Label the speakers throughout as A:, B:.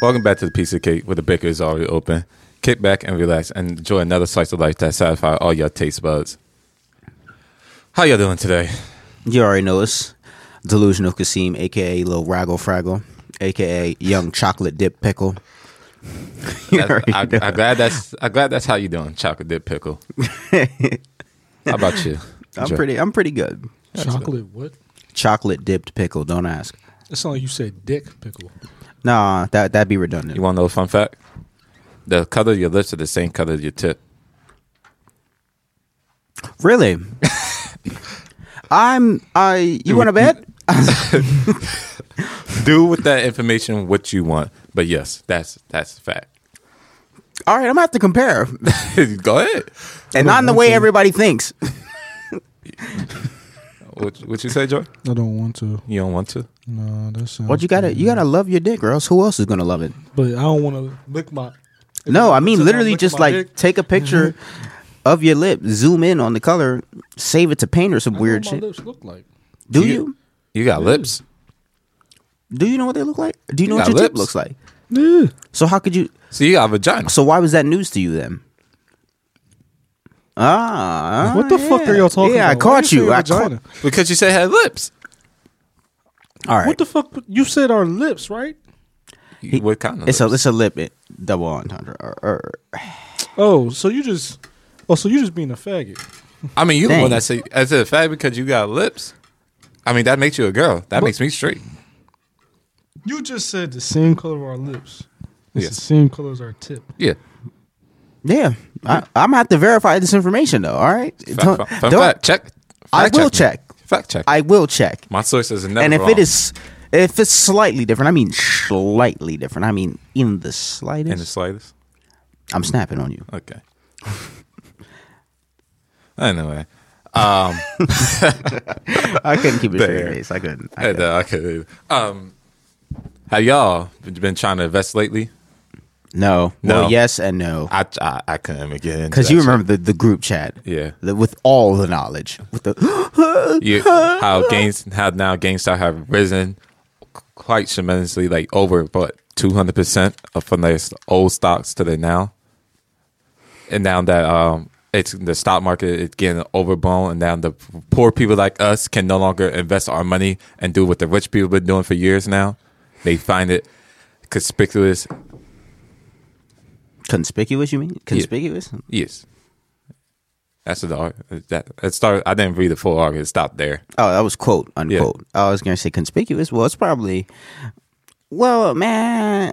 A: Welcome back to the piece of cake where the bakery is already open. Kick back and relax and enjoy another slice of life that satisfies all your taste buds. How y'all doing today?
B: You already know it's Delusional Kasim, aka Lil Rago Fraggle, aka Young Chocolate Dip Pickle. You already
A: I,
B: know.
A: am glad that's I'm glad that's how you doing, chocolate dip pickle. how about you?
B: I'm
A: Dre?
B: pretty. I'm pretty good.
C: Chocolate what?
B: Chocolate dipped pickle. Don't ask.
C: It sounds like you said dick pickle.
B: Nah, that that'd be redundant.
A: You want to know a fun fact? The color of your lips are the same color of your tip.
B: Really? I'm. I. You want to bet?
A: Do with that information what you want. But yes, that's that's a fact.
B: All right, I'm gonna have to compare,
A: Go ahead.
B: and not in the way everybody thinks.
A: What, what you say, Joy?
C: I don't want to.
A: You don't want to?
C: No, that sounds.
B: What you gotta? You gotta love your dick, or else who else is gonna love it?
C: But I don't want to lick my.
B: No, I mean
C: Sit down,
B: literally
C: lick
B: just
C: my
B: like
C: dick. Mm-hmm.
B: take a picture of your lip, zoom in on the color, save it to paint or some weird
C: what
B: shit.
C: My lips look like.
B: Do you?
A: You got lips.
B: Do you know what they look like? Do you know
A: You
B: what
A: got
B: your tip
A: lips.
B: looks like? So how could you?
A: So you got a vagina.
B: So why was that news to you then? Ah,
C: What the fuck are y'all talking
B: yeah,
C: about?
B: I caught you. I caught.
C: Vagina?
A: Because you said it had lips.
B: All right,
C: What the fuck? You said our lips, right?
A: You- what kind of
B: it's a
A: lips?
B: it's a lip it, double entendre. Er, Or, or,
C: Oh, so you just. Oh, so you just being a faggot.
A: I mean, you the one
B: Dang.
A: that say I said fat because you got lips. I mean, that makes you a girl. That makes me straight.
C: You just said the same color of our lips. It's
A: Yes.
C: the same color as our tip.
A: Yeah.
B: yeah, I, I'm gonna have to verify this information though. All right,
A: Fun, fun, fun fact. Check.
B: I
A: Fact
B: will
A: me.
B: check.
A: Fact check.
B: I will check.
A: My sources are never
B: And if
A: wrong.
B: it is, if it's slightly different, I mean slightly different. I mean in the slightest.
A: in the slightest.
B: I'm snapping on you.
A: Okay. anyway, um,
B: I couldn't keep it
A: There. Uh,
B: straight face. I couldn't. I
A: I
B: couldn't.
A: know, I could. Um, have y'all been trying to invest lately?
B: No.
A: No.
B: Well, yes and no.
A: I I, I couldn't even get into
B: Because
A: that
B: you
A: shit.
B: remember the, the group chat.
A: Yeah.
B: The- with all the knowledge. With the
A: you, how gains how now GameStop have risen quite tremendously, like over what two hundred percent from their old stocks to their now, and now that um it's the stock market is getting overblown, and now the poor people like us can no longer invest our money and do what the rich people been doing for years now. They find it conspicuous.
B: conspicuous, you mean? Conspicuous?
A: Yes. That's the ar- that it started. I didn't read the full article. It stopped there.
B: Oh, that was quote unquote. I was going to say conspicuous. Well, it's probably, well, man,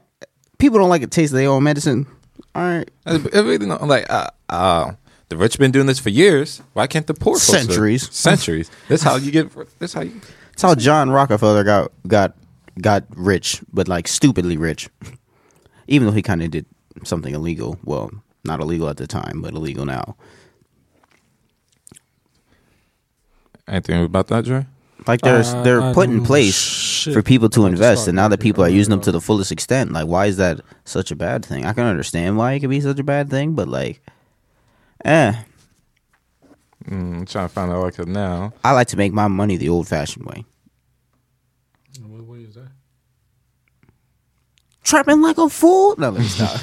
B: people don't like the taste of their own medicine. All right.
A: I- I really know, I'm like, uh, uh, the rich been doing this for years. Why can't the poor folks do it?
B: Centuries.
A: centuries? That's how you get. That's how you.
B: That's how John Rockefeller got got got rich, but like stupidly rich. Even though he kind of did something illegal. Well, not illegal at the time, but illegal now.
A: Anything about that, Dre?
B: Like there's
C: Uh,
B: they're
C: I
B: put in
C: don't know
B: place
C: shit
B: for people to
C: about the
B: invest,
C: stock
B: and now that
C: market.
B: people
C: I
B: are
C: don't
B: using them
C: know.
B: to the fullest extent, like why is that such a bad thing? I can understand why it could be such a bad thing, but like, eh,
A: Mm, I'm trying to find out article now.
B: I like to make my money the old-fashioned way,
C: What, what is that?
B: trapping like a fool. No, let me stop.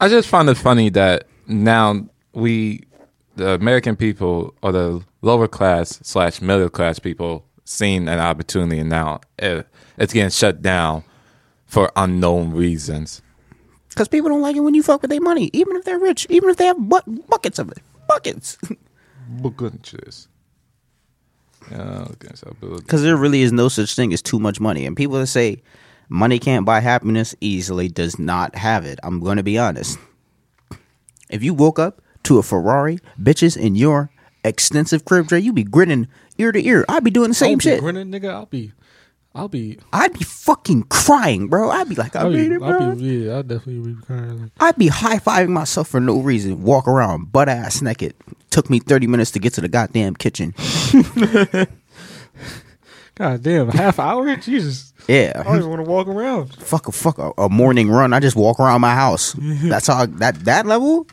A: I just find it funny that now we, the American people or the lower class slash middle class people, seen an opportunity and now it, it's getting shut down for unknown reasons.
B: Because people don't like it when you fuck with their money, even if they're rich, even if they have bu- buckets of it, buckets.
A: But goodness. Yeah, okay, so build-
B: Because there really is no such thing as too much money, and people that say money can't buy happiness easily does not have it. I'm going to be honest. If you woke up to a Ferrari, bitches in your extensive crib, Dre, you'd be grinning ear to ear. I'd be doing the
C: I'll
B: same
C: be
B: shit.
C: Grinning, nigga. I'll be. I'll be.
B: I'd be fucking crying, bro. I'd be like, I
C: I'll
B: made
C: be.
B: it, bro.
C: I'll be yeah. I'll definitely be crying. Like,
B: I'd be high fiving myself for no reason. Walk around butt ass naked. Took me thirty minutes to get to the goddamn kitchen.
C: God damn, a half hour? Jesus. I don't
B: Yeah,
C: even want to walk around.
B: fuck a
C: Mm-hmm.
B: fuck a, a morning run. I just walk around my house. That's how that that level.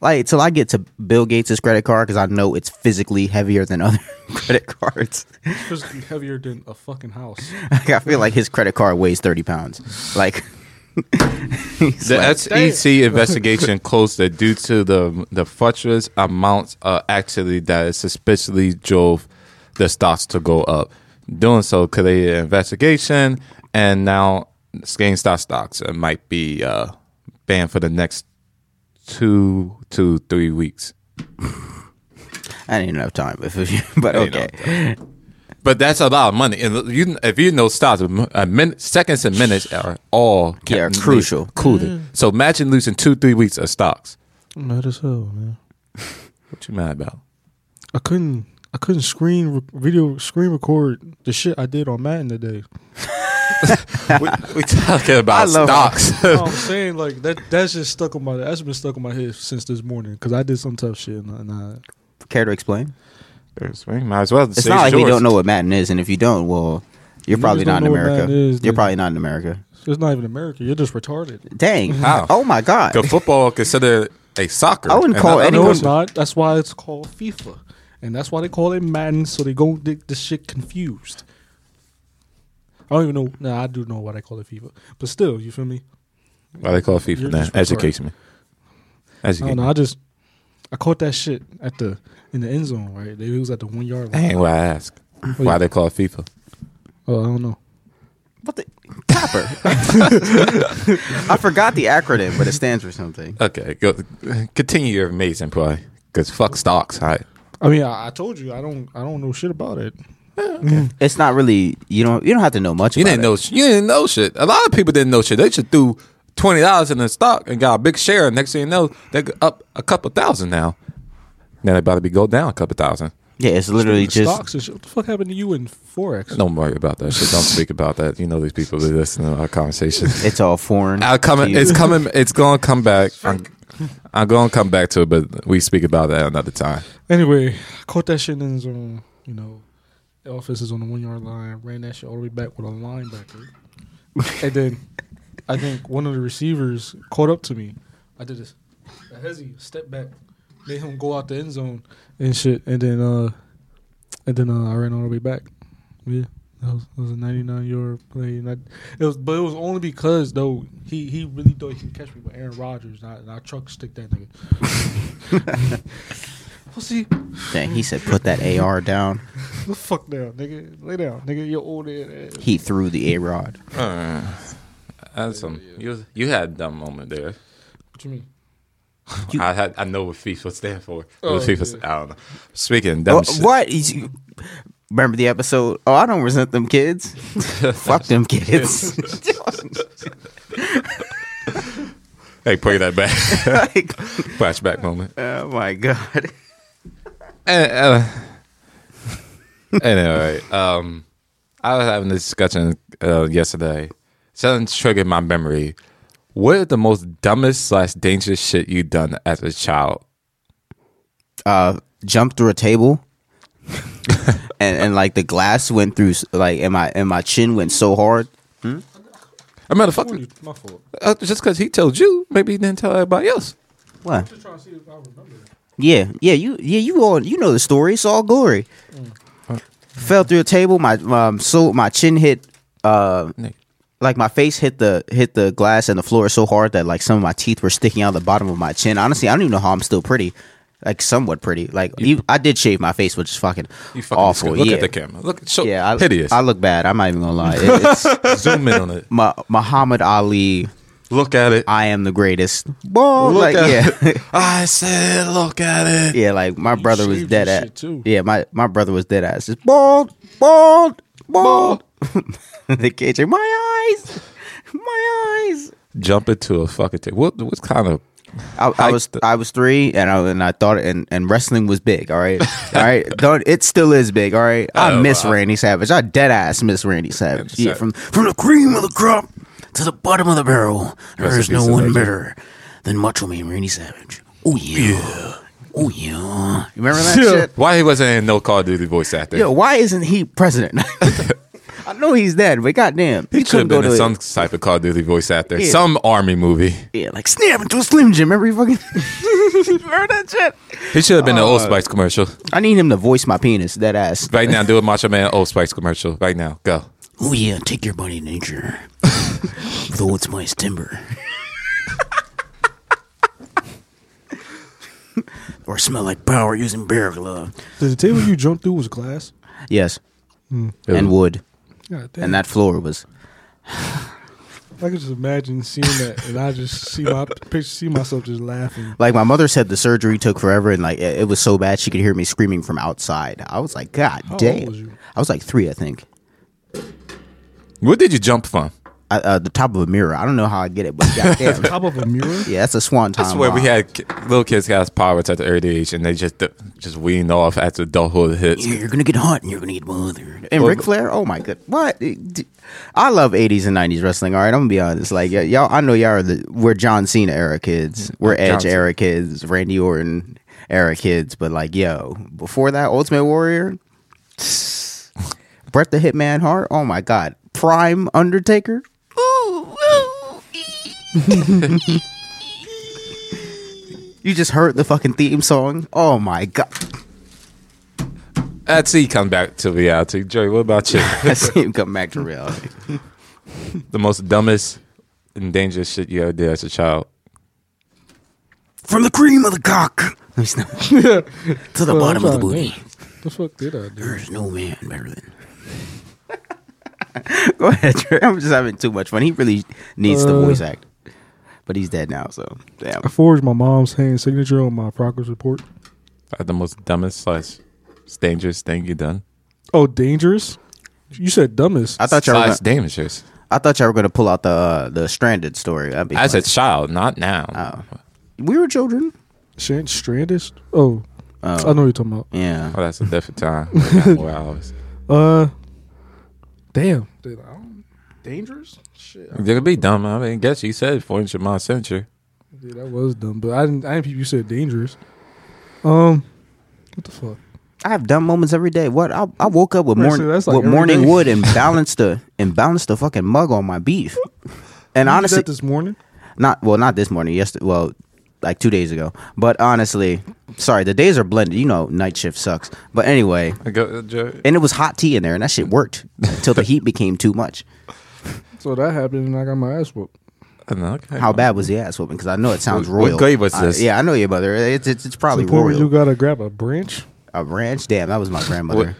B: Like till I get to Bill Gates' credit card because I know it's physically heavier than other credit cards.
C: physically heavier than a fucking house.
B: Like, I feel like his credit card weighs thirty pounds. Like he's
A: The
B: like,
A: SEC investigation closed that due to the the fatuous amounts of activity that suspiciously drove the stocks to go up. Doing so could they investigation, and now GameStop stocks uh, might be uh, banned for the next two to three weeks.
B: I didn't even have time, but, but
A: didn't
B: okay.
A: But that's a lot of money, and you if you know stocks, a min, seconds and minutes are all
B: Yeah, are crucial.
A: Cool. So imagine losing two three weeks of stocks.
C: Mad as hell, man.
A: What you mad about?
C: I couldn't. I couldn't screen re- video screen record the shit I did on Madden today.
A: we, we talking about
B: I love-
A: stocks.
C: No, I'm saying like that. That's just stuck on my. That's been stuck on my head since this morning because I did some tough shit and I. And I
B: Care to explain?
A: There's- we might as well.
B: It's not like we don't know what Madden is, and if you don't, well, you're probably
C: don't
B: not in
C: know what
B: America.
C: Madden is,
B: you're
C: then-
B: probably not in America.
C: it's not even America. You're just retarded.
B: Dang!
A: How?
B: Oh my god!
A: Because football considered a soccer.
B: I wouldn't
A: And
B: call
A: that- that
B: any-
C: No,
B: Anyone-
C: it's not. That's why it's called FIFA, and that's why they call it Madden. So they go get this shit confused. I don't even know. Nah, I do know why they call it FIFA, but still, you feel me?
A: Why they call FIFA
C: You're
A: now?
C: just retarded.
A: Education.
C: I don't
A: Education.
C: know. I just I caught that shit at the in the end zone. Right? They it was at the one yard line.
A: Dang, why I ask. Why they call it FIFA?
C: Oh, I don't know.
B: What the copper? I forgot the acronym, but it stands for something.
A: Okay, go, continue your amazing play. Because fuck stocks. All right.
C: I mean, I, I told you I don't I don't know shit about it.
B: It's not really you don't you don't have to know much.
A: You
B: about
A: didn't
B: it.
A: know. sh- You didn't know shit. A lot of people didn't know shit. They should do twenty dollars in the stock and got a big share. Next thing you know, they up a couple thousand now. Now they about to be go down a couple thousand.
B: Yeah, it's literally just
C: Stocks and shit. What the fuck happened to you in forex?
A: Don't worry about that shit. Don't speak about that. You know these people that listen to our conversation.
B: it's all foreign.
A: I'll come,
B: to you.
A: it's coming. It's going to come back. I'm, I'm going to come back to it, but we speak about that another time.
C: Anyway, I caught that shit in the end zone. You know, the offense is on the one yard line. Ran that shit all the way back with a linebacker, and then I think one of the receivers caught up to me. I did this, a hezzy step back, made him go out the end zone and shit, and then uh, and then uh, I ran all the way back. Yeah. That was, that was a 99 yard play, and I, it was, but it was only because though he, he really thought he could catch me with Aaron Rodgers, and I, and I truck stick that nigga. Well, see,
B: Dang, he said, "Put that AR down."
C: The fuck down, nigga. Lay down, nigga. You're old ass.
B: He threw the A rod.
A: That's some, you, you had a dumb moment there.
C: What you mean?
B: You-
A: I had I know what FIFA stands for.
C: Oh,
A: what FIFA, I don't know. Speaking of dumb
B: Oh,
A: shit,
B: what? He's- Remember the episode? Oh, I don't resent them kids. Fuck them kids.
A: hey, play that back.
B: like,
A: Flashback moment.
B: oh my god.
A: And, uh, anyway, um, I was having this discussion uh, yesterday. Something triggered my memory. What is the most dumbest slash dangerous shit you done as a child?
B: uh, jumped through a table, and and like the glass went through s- like and my and my chin went so hard.
A: I mean, the fucking
C: My fault.
A: Uh, just because he told you, maybe he didn't tell everybody else.
B: What?
C: Just trying to see if I remember that.
B: Yeah, yeah, you yeah you all you know the story. It's all glory.
A: Mm.
B: Fell through a table. My um so my chin hit uh
A: Nick.
B: like my face hit the hit the glass and the floor so hard that like some of my teeth were sticking out the bottom of my chin. Honestly, I don't even know how I'm still pretty. Like somewhat pretty. Like you, I did shave my face, which is fucking,
A: You fucking
B: awful.
A: disgust- Look
B: yeah.
A: at the camera. Look, so
B: Yeah, I,
A: hideous.
B: I look bad. I'm not even gonna lie. It- it's,
A: Zoom in on it.
B: Ma- Muhammad Ali,
A: Look at it.
B: I am the greatest. Well,
A: Oh, Look
B: like
A: at
B: yeah,
A: it. I said, look at it.
B: yeah, like my brother was
C: shaved
B: dead
C: your
B: ass.
C: shit, too.
B: Yeah, my my brother was dead ass. Just bald, bald, bald. the KJ, my eyes, my eyes.
A: Jump into a fucking table. What, what kind of?
B: I, I was I was three, and I and I thought and, and wrestling was big. All right, all right. Don't, it still is big. All right. I
A: Oh,
B: miss
A: wow.
B: Randy Savage. I dead ass miss Randy Savage. Yeah,
A: Savage.
B: from from the cream of the crop to the bottom of the barrel, there
A: Rest in
B: is no
A: peace,
B: one
A: legend.
B: better than Macho Man Randy Savage. Oh yeah, oh yeah. You remember that
C: Yeah.
B: shit?
A: Why he wasn't in no Call of Duty voice actor?
B: Yo, why isn't he president? I know he's dead, but goddamn,
A: He could
B: couldn't
A: have
B: go
A: been in
B: to-
A: some type of Call of Duty voice actor,
B: Yeah.
A: some army movie.
B: Yeah, like snap into a slim jim every fucking. Remember that shit?
A: He should have been an Old
B: Uh,
A: Spice commercial.
B: I need him to voice my penis. That ass.
A: Right now, do a Macho Man Old Spice commercial. Right now, go.
B: Oh yeah, take your body, nature. Though it's my timber. or smell like power using bear glove.
C: Did the table you jumped through was glass?
B: Yes, and wood,
C: God damn.
B: and that floor was.
C: I could just imagine seeing that, and I just see my picture, see myself just laughing.
B: Like my mother said, the surgery took forever, and like it, it was so bad she could hear me screaming from outside. I was like, God
C: How old
B: damn!
C: was you?
B: I was like three, I think.
A: Where did you jump from?
B: I, uh, the top of a mirror. I don't know how I get it, but goddamn,
C: Top of a mirror.
B: yeah, that's a swan time.
A: That's where we
B: bomb.
A: had ki- little kids got powers at the early age, and they just just weaned off after adulthood hits.
B: You're gonna get hot and you're gonna get mothered. And
A: Well,
B: Ric Flair, oh my god, what? I love '80s and '90s wrestling. All right, I'm gonna be honest. Like y- y'all, I know y'all are the we're John Cena era kids, we're
A: John
B: Edge
A: Cena.
B: era kids, Randy Orton era kids. But like, yo, before that, Ultimate Warrior, Bret the Hitman Hart. Oh my god, Prime Undertaker. You just heard the fucking theme song. Oh my god,
A: I'd see you come back to reality. Jerry, what about you?
B: I see him come back to reality.
A: the most dumbest and dangerous shit you ever did as a child.
B: From the cream of the cock. He's not- to the
C: Well,
B: bottom of the
C: I'm trying
B: booty.
C: to think. The fuck did I do?
B: There's no man better than. Go ahead, Trey. I'm just having too much fun. He really needs the
C: Uh,
B: voice act, but he's dead now, so damn.
C: I forged my mom's hand signature on my progress report.
A: Uh, The most dumbest slash dangerous thing you done.
C: Oh, dangerous! You said dumbest.
B: I thought y'all. Were
A: Slash
B: gonna,
A: dangerous.
B: I thought y'all were gonna pull out the uh, the stranded story. That'd be
A: As
B: funny.
A: a child, not now.
C: Oh.
B: we were children.
C: Shan- Strandist. Oh, I know what you're talking about.
B: Yeah,
A: Oh, that's a different time. Like, not where I was.
C: Uh, damn. Dude, I don't, dangerous? Shit, I-
A: You could be dumb. I mean, guess you said 400 mile signature.
C: dude, that was dumb. But I didn't. I didn't. peep You said dangerous. Um, what the fuck?
B: I have dumb moments every day. What I, I woke up with
C: Right, so
B: morning
C: that's like
B: with
C: every
B: morning
C: day.
B: wood and balanced the and balanced the fucking mug on my beef. And
C: You did
B: honestly,
C: that this morning.
B: not well not this morning yesterday well like two days ago but honestly sorry the days are blended you know night shift sucks but anyway
A: I go, uh, Jer-
B: and it was hot tea in there and that shit worked until the heat became too much
C: So that happened, and I got my ass whooped.
A: I don't know, okay.
B: how bad was the ass whooping because i know it sounds
A: What- what
B: royal
A: grade was
B: I-
A: this?
B: yeah i know your mother it's, it's, it's
C: To
B: probably
C: the point where you
B: royal
C: gotta grab a branch.
B: a ranch damn that was my grandmother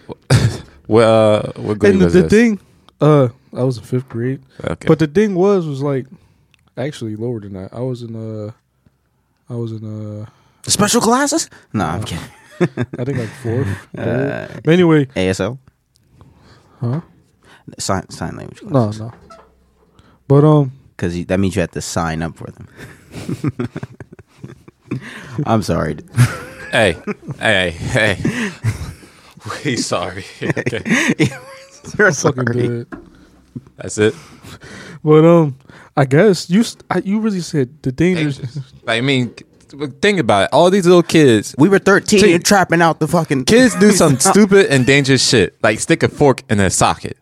A: Well, uh, what grade
C: And the,
A: was
C: the
A: this?
C: thing, uh, I was in fifth grade.
A: Okay.
C: But the thing was, was like actually lower than that. I was in uh, I was in uh,
B: special classes no i'm kidding
C: I think like fourth. third. but anyway,
B: asl
C: huh?
B: sign, sign language
C: No,
B: classes
C: no. But um,
B: because that means you have to sign up for them i'm sorry
A: hey, hey, hey. we sorry. Okay.
B: you're
C: fucking
B: sorry
C: good.
A: That's it.
C: But um, I guess you st- I, you really said the dangerous.
A: Dangerous. Like, I mean, think about it. All these little kids,
B: We were 13
A: Dude.
B: and trapping out the fucking
A: kids do some stupid and dangerous shit, like stick a fork in a socket.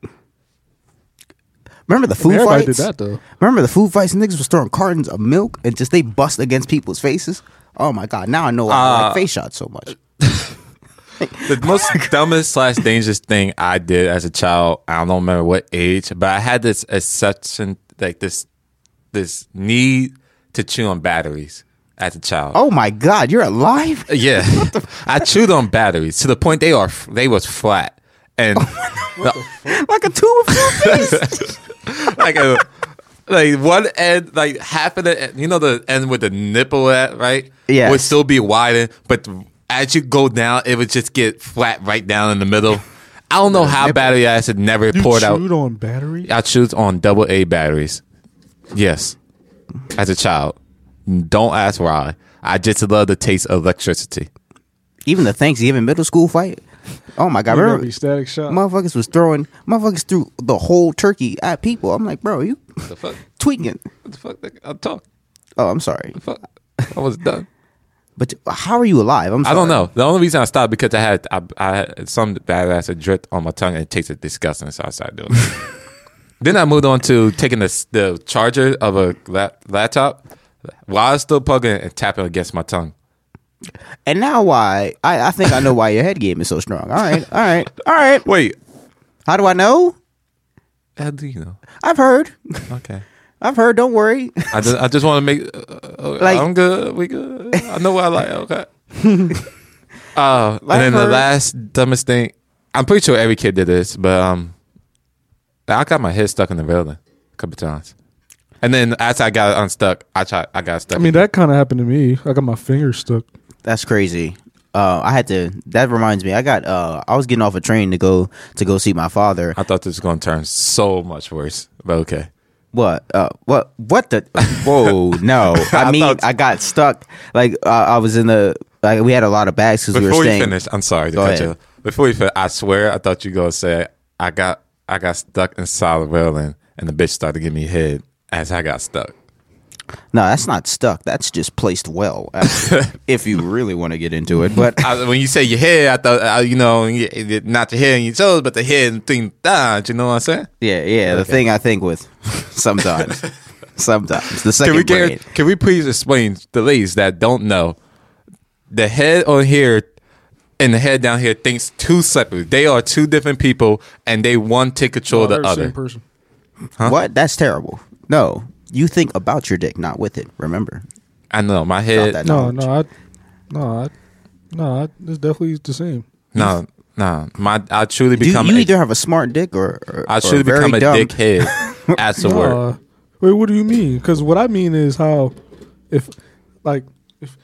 B: Remember the food
C: Everybody
B: fights?
C: did that though.
B: Remember the food fights? Niggas was throwing cartons of milk and just they bust against people's faces. Oh my god! Now I know why I like
A: Uh,
B: face shots so much.
A: The most dumbest slash dangerous thing I did as a child, I don't remember what age, but I had this exception, like this, this need to chew on batteries as a child.
B: Oh my god! You're alive.
A: Yeah, I chewed on batteries to the point they are they was flat and
B: like a tube of toothpaste.
A: like a like one end like half of the end, you know the end with the nipple at right
B: Yes.
A: would still be widened but as you go down it would just get flat right down in the middle. I don't know how battery acid never
C: You
A: poured out.
C: chewed on battery.
A: I chewed on double A batteries. Yes, as a child. Don't ask why. I just love the taste of electricity.
B: Even the Thanksgiving middle school fight. Oh my god!
C: You gotta
B: Remember,
C: be static shot.
B: motherfuckers was throwing motherfuckers threw the whole turkey at people. I'm like, bro, you
A: The fuck?
B: tweaking?
A: What the fuck? I'm talking.
B: Oh, I'm sorry.
A: Fuck. I was done.
B: But how are you alive? I'm
A: I don't
B: sorry.
A: know. The only reason I stopped because I had I, I had some bad acid drip on my tongue and it tasted disgusting, so I started doing it. then I moved on to taking the the charger of a lap, laptop while I was still plugging it and tapping against my tongue.
B: And now why? I, I think I know why your head game is so strong. All right, all right, all right.
A: Wait,
B: How do I know?
A: how do you know?
B: I've heard.
A: Okay,
B: I've heard. Don't worry.
A: I just I just want to make uh, uh,
B: Like-
A: I'm good. We good. I know what I like. Okay. uh, and
B: Like
A: then the
B: her-
A: last dumbest thing, I'm pretty sure every kid did this, but um, I got my head stuck in the railing a couple times, and then as I got it unstuck, I tried. I got stuck.
C: I mean, that kind of happened to me. I got my finger stuck.
B: That's crazy. Uh, I had to. That reminds me. I got. Uh, I was getting off a train to go to go see my father.
A: I thought this was going to turn so much worse, but okay.
B: What? Uh, what? What the? Whoa! No. I, mean,
A: thought-
B: I got stuck. Like uh, I was in the. Like we had a lot of bags because we were
A: Before you
B: staying.
A: finish, I'm sorry to
B: Go
A: cut
B: ahead.
A: you. Before you finish, I swear I thought you were gonna say I got I got stuck inside the railing, and the bitch started giving me head as I got stuck.
B: No, that's not stuck. That's just placed well. actually, if you really want to get into it, but
A: I, when you say your head, I thought uh, you know y- y- not your head and your toes, but the head and thing. That, you know what I'm saying?
B: yeah, yeah. The thing I think with sometimes, sometimes the
A: Can
B: second
A: we
B: brain.
A: get, can we please explain to the ladies that don't know the head on here and the head down here thinks two separately. They are two different people, and they one take control of
C: Or
A: Oh, the
C: Oh, the
A: other.
C: Same person.
B: What? That's terrible. No, you think about your dick, not with it. Remember.
A: I know my head.
B: that
C: No,
B: knowledge.
C: no, I, no, I, no, I, it's definitely the same.
A: No, no, my I truly
B: Do you,
A: become. a-
B: either have a smart dick or, or
A: I
B: or
A: truly
B: very
A: become a
B: dumb.
A: dickhead as a word.
C: Uh, wait, what do you mean? Because what I mean is how, if, like, if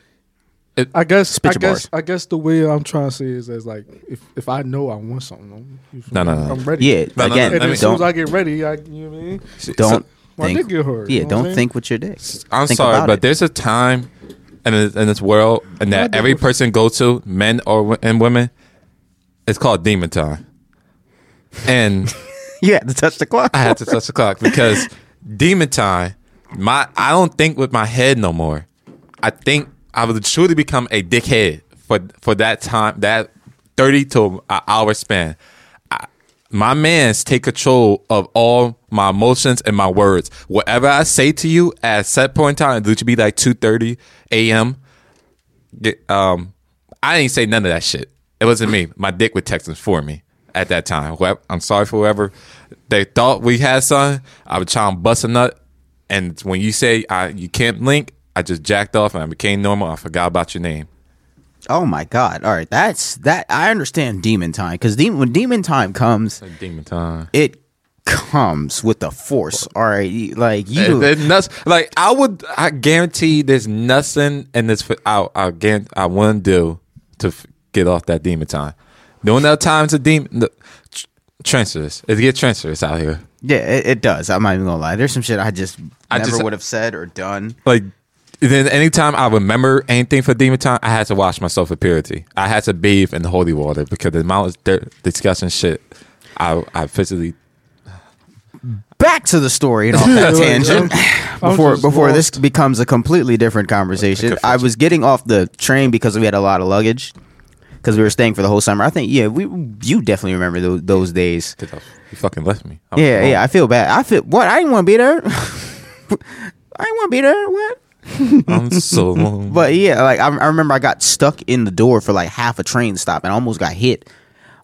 A: It-
C: I guess, I
B: your
C: guess,
B: bars.
C: I guess the way I'm trying to say is as like, if if I know I want something, I'm, you feel
A: No, no,
C: me?
A: no.
C: I'm ready.
B: Yeah,
A: No, no, no,
B: again,
C: And
A: let
C: then
A: me-
C: as soon as
B: don't
C: I get ready, I, you know what I mean?
B: don't
C: My
B: think.
C: dick get hurt,
B: yeah,
C: you know what
B: don't
C: I'm
B: think with your dick.
A: I'm
B: Think
A: sorry,
B: about
A: but
B: it.
A: there's a time in this, in this world and that
C: Not
A: every
C: different.
A: person go to, men or wo- and women, it's called demon time. And
B: you had to touch the clock.
A: I had to touch the clock because demon time. My I don't think with my head no more. I think I would truly become a dickhead for for that time that thirty to an hour span. I, my man's take control of all my emotions and my words. Whatever I say to you at set point in time, which would be like two thirty a.m. get- Um, I ain't say none of that shit. It wasn't me. My dick was texting for me at that time. Whoever, I'm sorry for whoever they thought we had something. I was trying to bust a nut, and when you say I, you can't link, I just jacked off and I became normal. I forgot about your name.
B: Oh my god! All right, that's that. I understand demon time because demon when demon time comes,
A: Demon time.
B: it comes with the force. All right, You- like
A: And
B: you.
A: then nuts, like I would, I guarantee there's nothing in this. I I guarantee, I wouldn't do to f- get off that demon time. Doing that time's a demon. The, tr- treacherous. It get treacherous out here.
B: yeah, it, it does. I'm not even gonna lie. There's some shit I just
A: I
B: never
A: just-
B: would have said or done.
A: like then anytime I remember anything for demon time, I had to wash myself with purity. I had to bathe in holy water because the amount of dirt, disgusting shit I I physically
B: Back to the story and off that tangent.
C: I'm
B: before
C: just
B: before this
C: lost.
B: becomes a completely different conversation. I was getting off the train because we had a lot of luggage because we were staying for the whole summer. I think yeah, we you definitely remember those, those days.
A: did. I- You fucking left me. I was
B: Yeah,
A: wrong.
B: yeah, I feel bad. I feel what I didn't want to be there. I didn't want to be there. What?
A: I'm so long.
B: But yeah, like I, I remember I got stuck in the door for like half a train stop and I almost got hit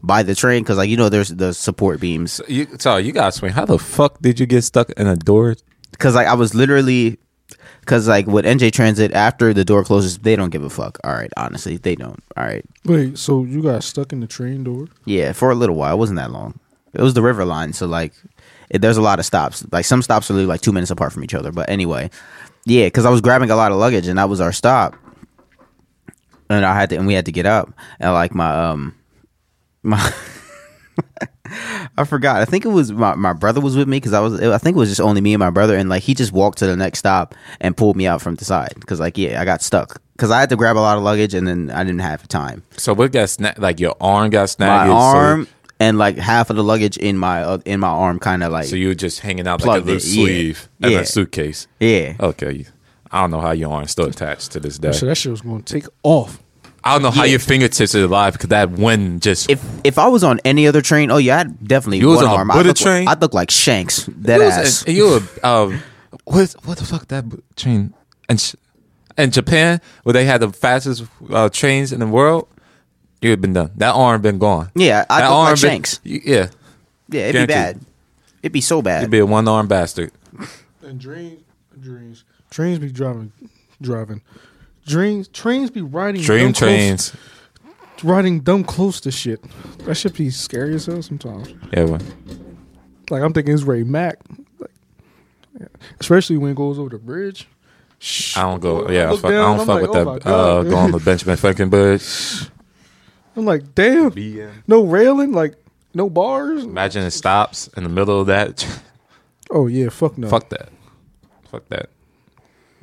B: by the train because like you know there's the support beams
A: you, sorry, you gotta swing. How the fuck did you get stuck in a door?
B: because like I was literally because like with NJ Transit after the door closes they don't give a fuck. All right, honestly they don't. All right,
C: Wait, so you got stuck in the train door?
B: Yeah, for a little while. It wasn't that long. It was the river line, so like it, there's a lot of stops. Like some stops are literally like two minutes apart from each other. But anyway, yeah, because I was grabbing a lot of luggage and that was our stop, and I had to and we had to get up and like my um my. I forgot. I think it was my, my brother was with me because I was. I think it was just only me and my brother, and like he just walked to the next stop and pulled me out from the side because like yeah, I got stuck because I had to grab a lot of luggage and then I didn't have time
A: So what got snapped? Like your arm got snagged.
B: my
A: so-
B: arm and like half of the luggage in my uh, in my arm, kind of like
A: So, you were just hanging out like a
B: Plugged it,
A: loose
B: yeah,
A: sleeve in
B: yeah.
A: a suitcase.
B: yeah.
A: Okay, you- I don't know how your arm's still attached to this day.
C: So that shit was going to take off.
A: I don't know how your fingertips are alive because that wind just.
B: If if I was on any other train, oh yeah, I'd definitely
A: You was
B: one
A: on a
B: arm.
A: bullet
B: I look,
A: train?
B: I look like Shanks. That
A: you
B: ass.
A: was, you were, um, what what the fuck that train and sh- in Japan where they had the fastest uh, trains in the world, you had been done. That arm been gone.
B: Yeah, I
A: that
B: look like
A: been-
B: Shanks.
A: y- yeah,
B: yeah, it'd be bad.
A: guaranteed.
B: It'd be so bad.
A: you'd be a one armed bastard.
C: And dreams, dreams, trains be driving, driving. Dreams, trains be
B: Mm,
C: riding.
A: Dream
C: dumb close-
A: trains.
C: riding dumb close to shit. That should be scary as hell sometimes.
A: Yeah, well,
C: Like I'm thinking it's Ray Mac, like, yeah. especially when it goes over the bridge. Shh.
A: I don't go.
C: I
A: Yeah, I,
C: look
A: fuck,
C: down,
A: I don't fuck
C: I'm like, oh my
A: with that. Uh,
C: God.
A: go on the Benjamin Franklin bridge.
C: I'm like, damn, no railing, like no bars.
A: Imagine it stops in the middle of that.
C: Oh yeah, fuck no.
A: Fuck uh, that. Fuck that.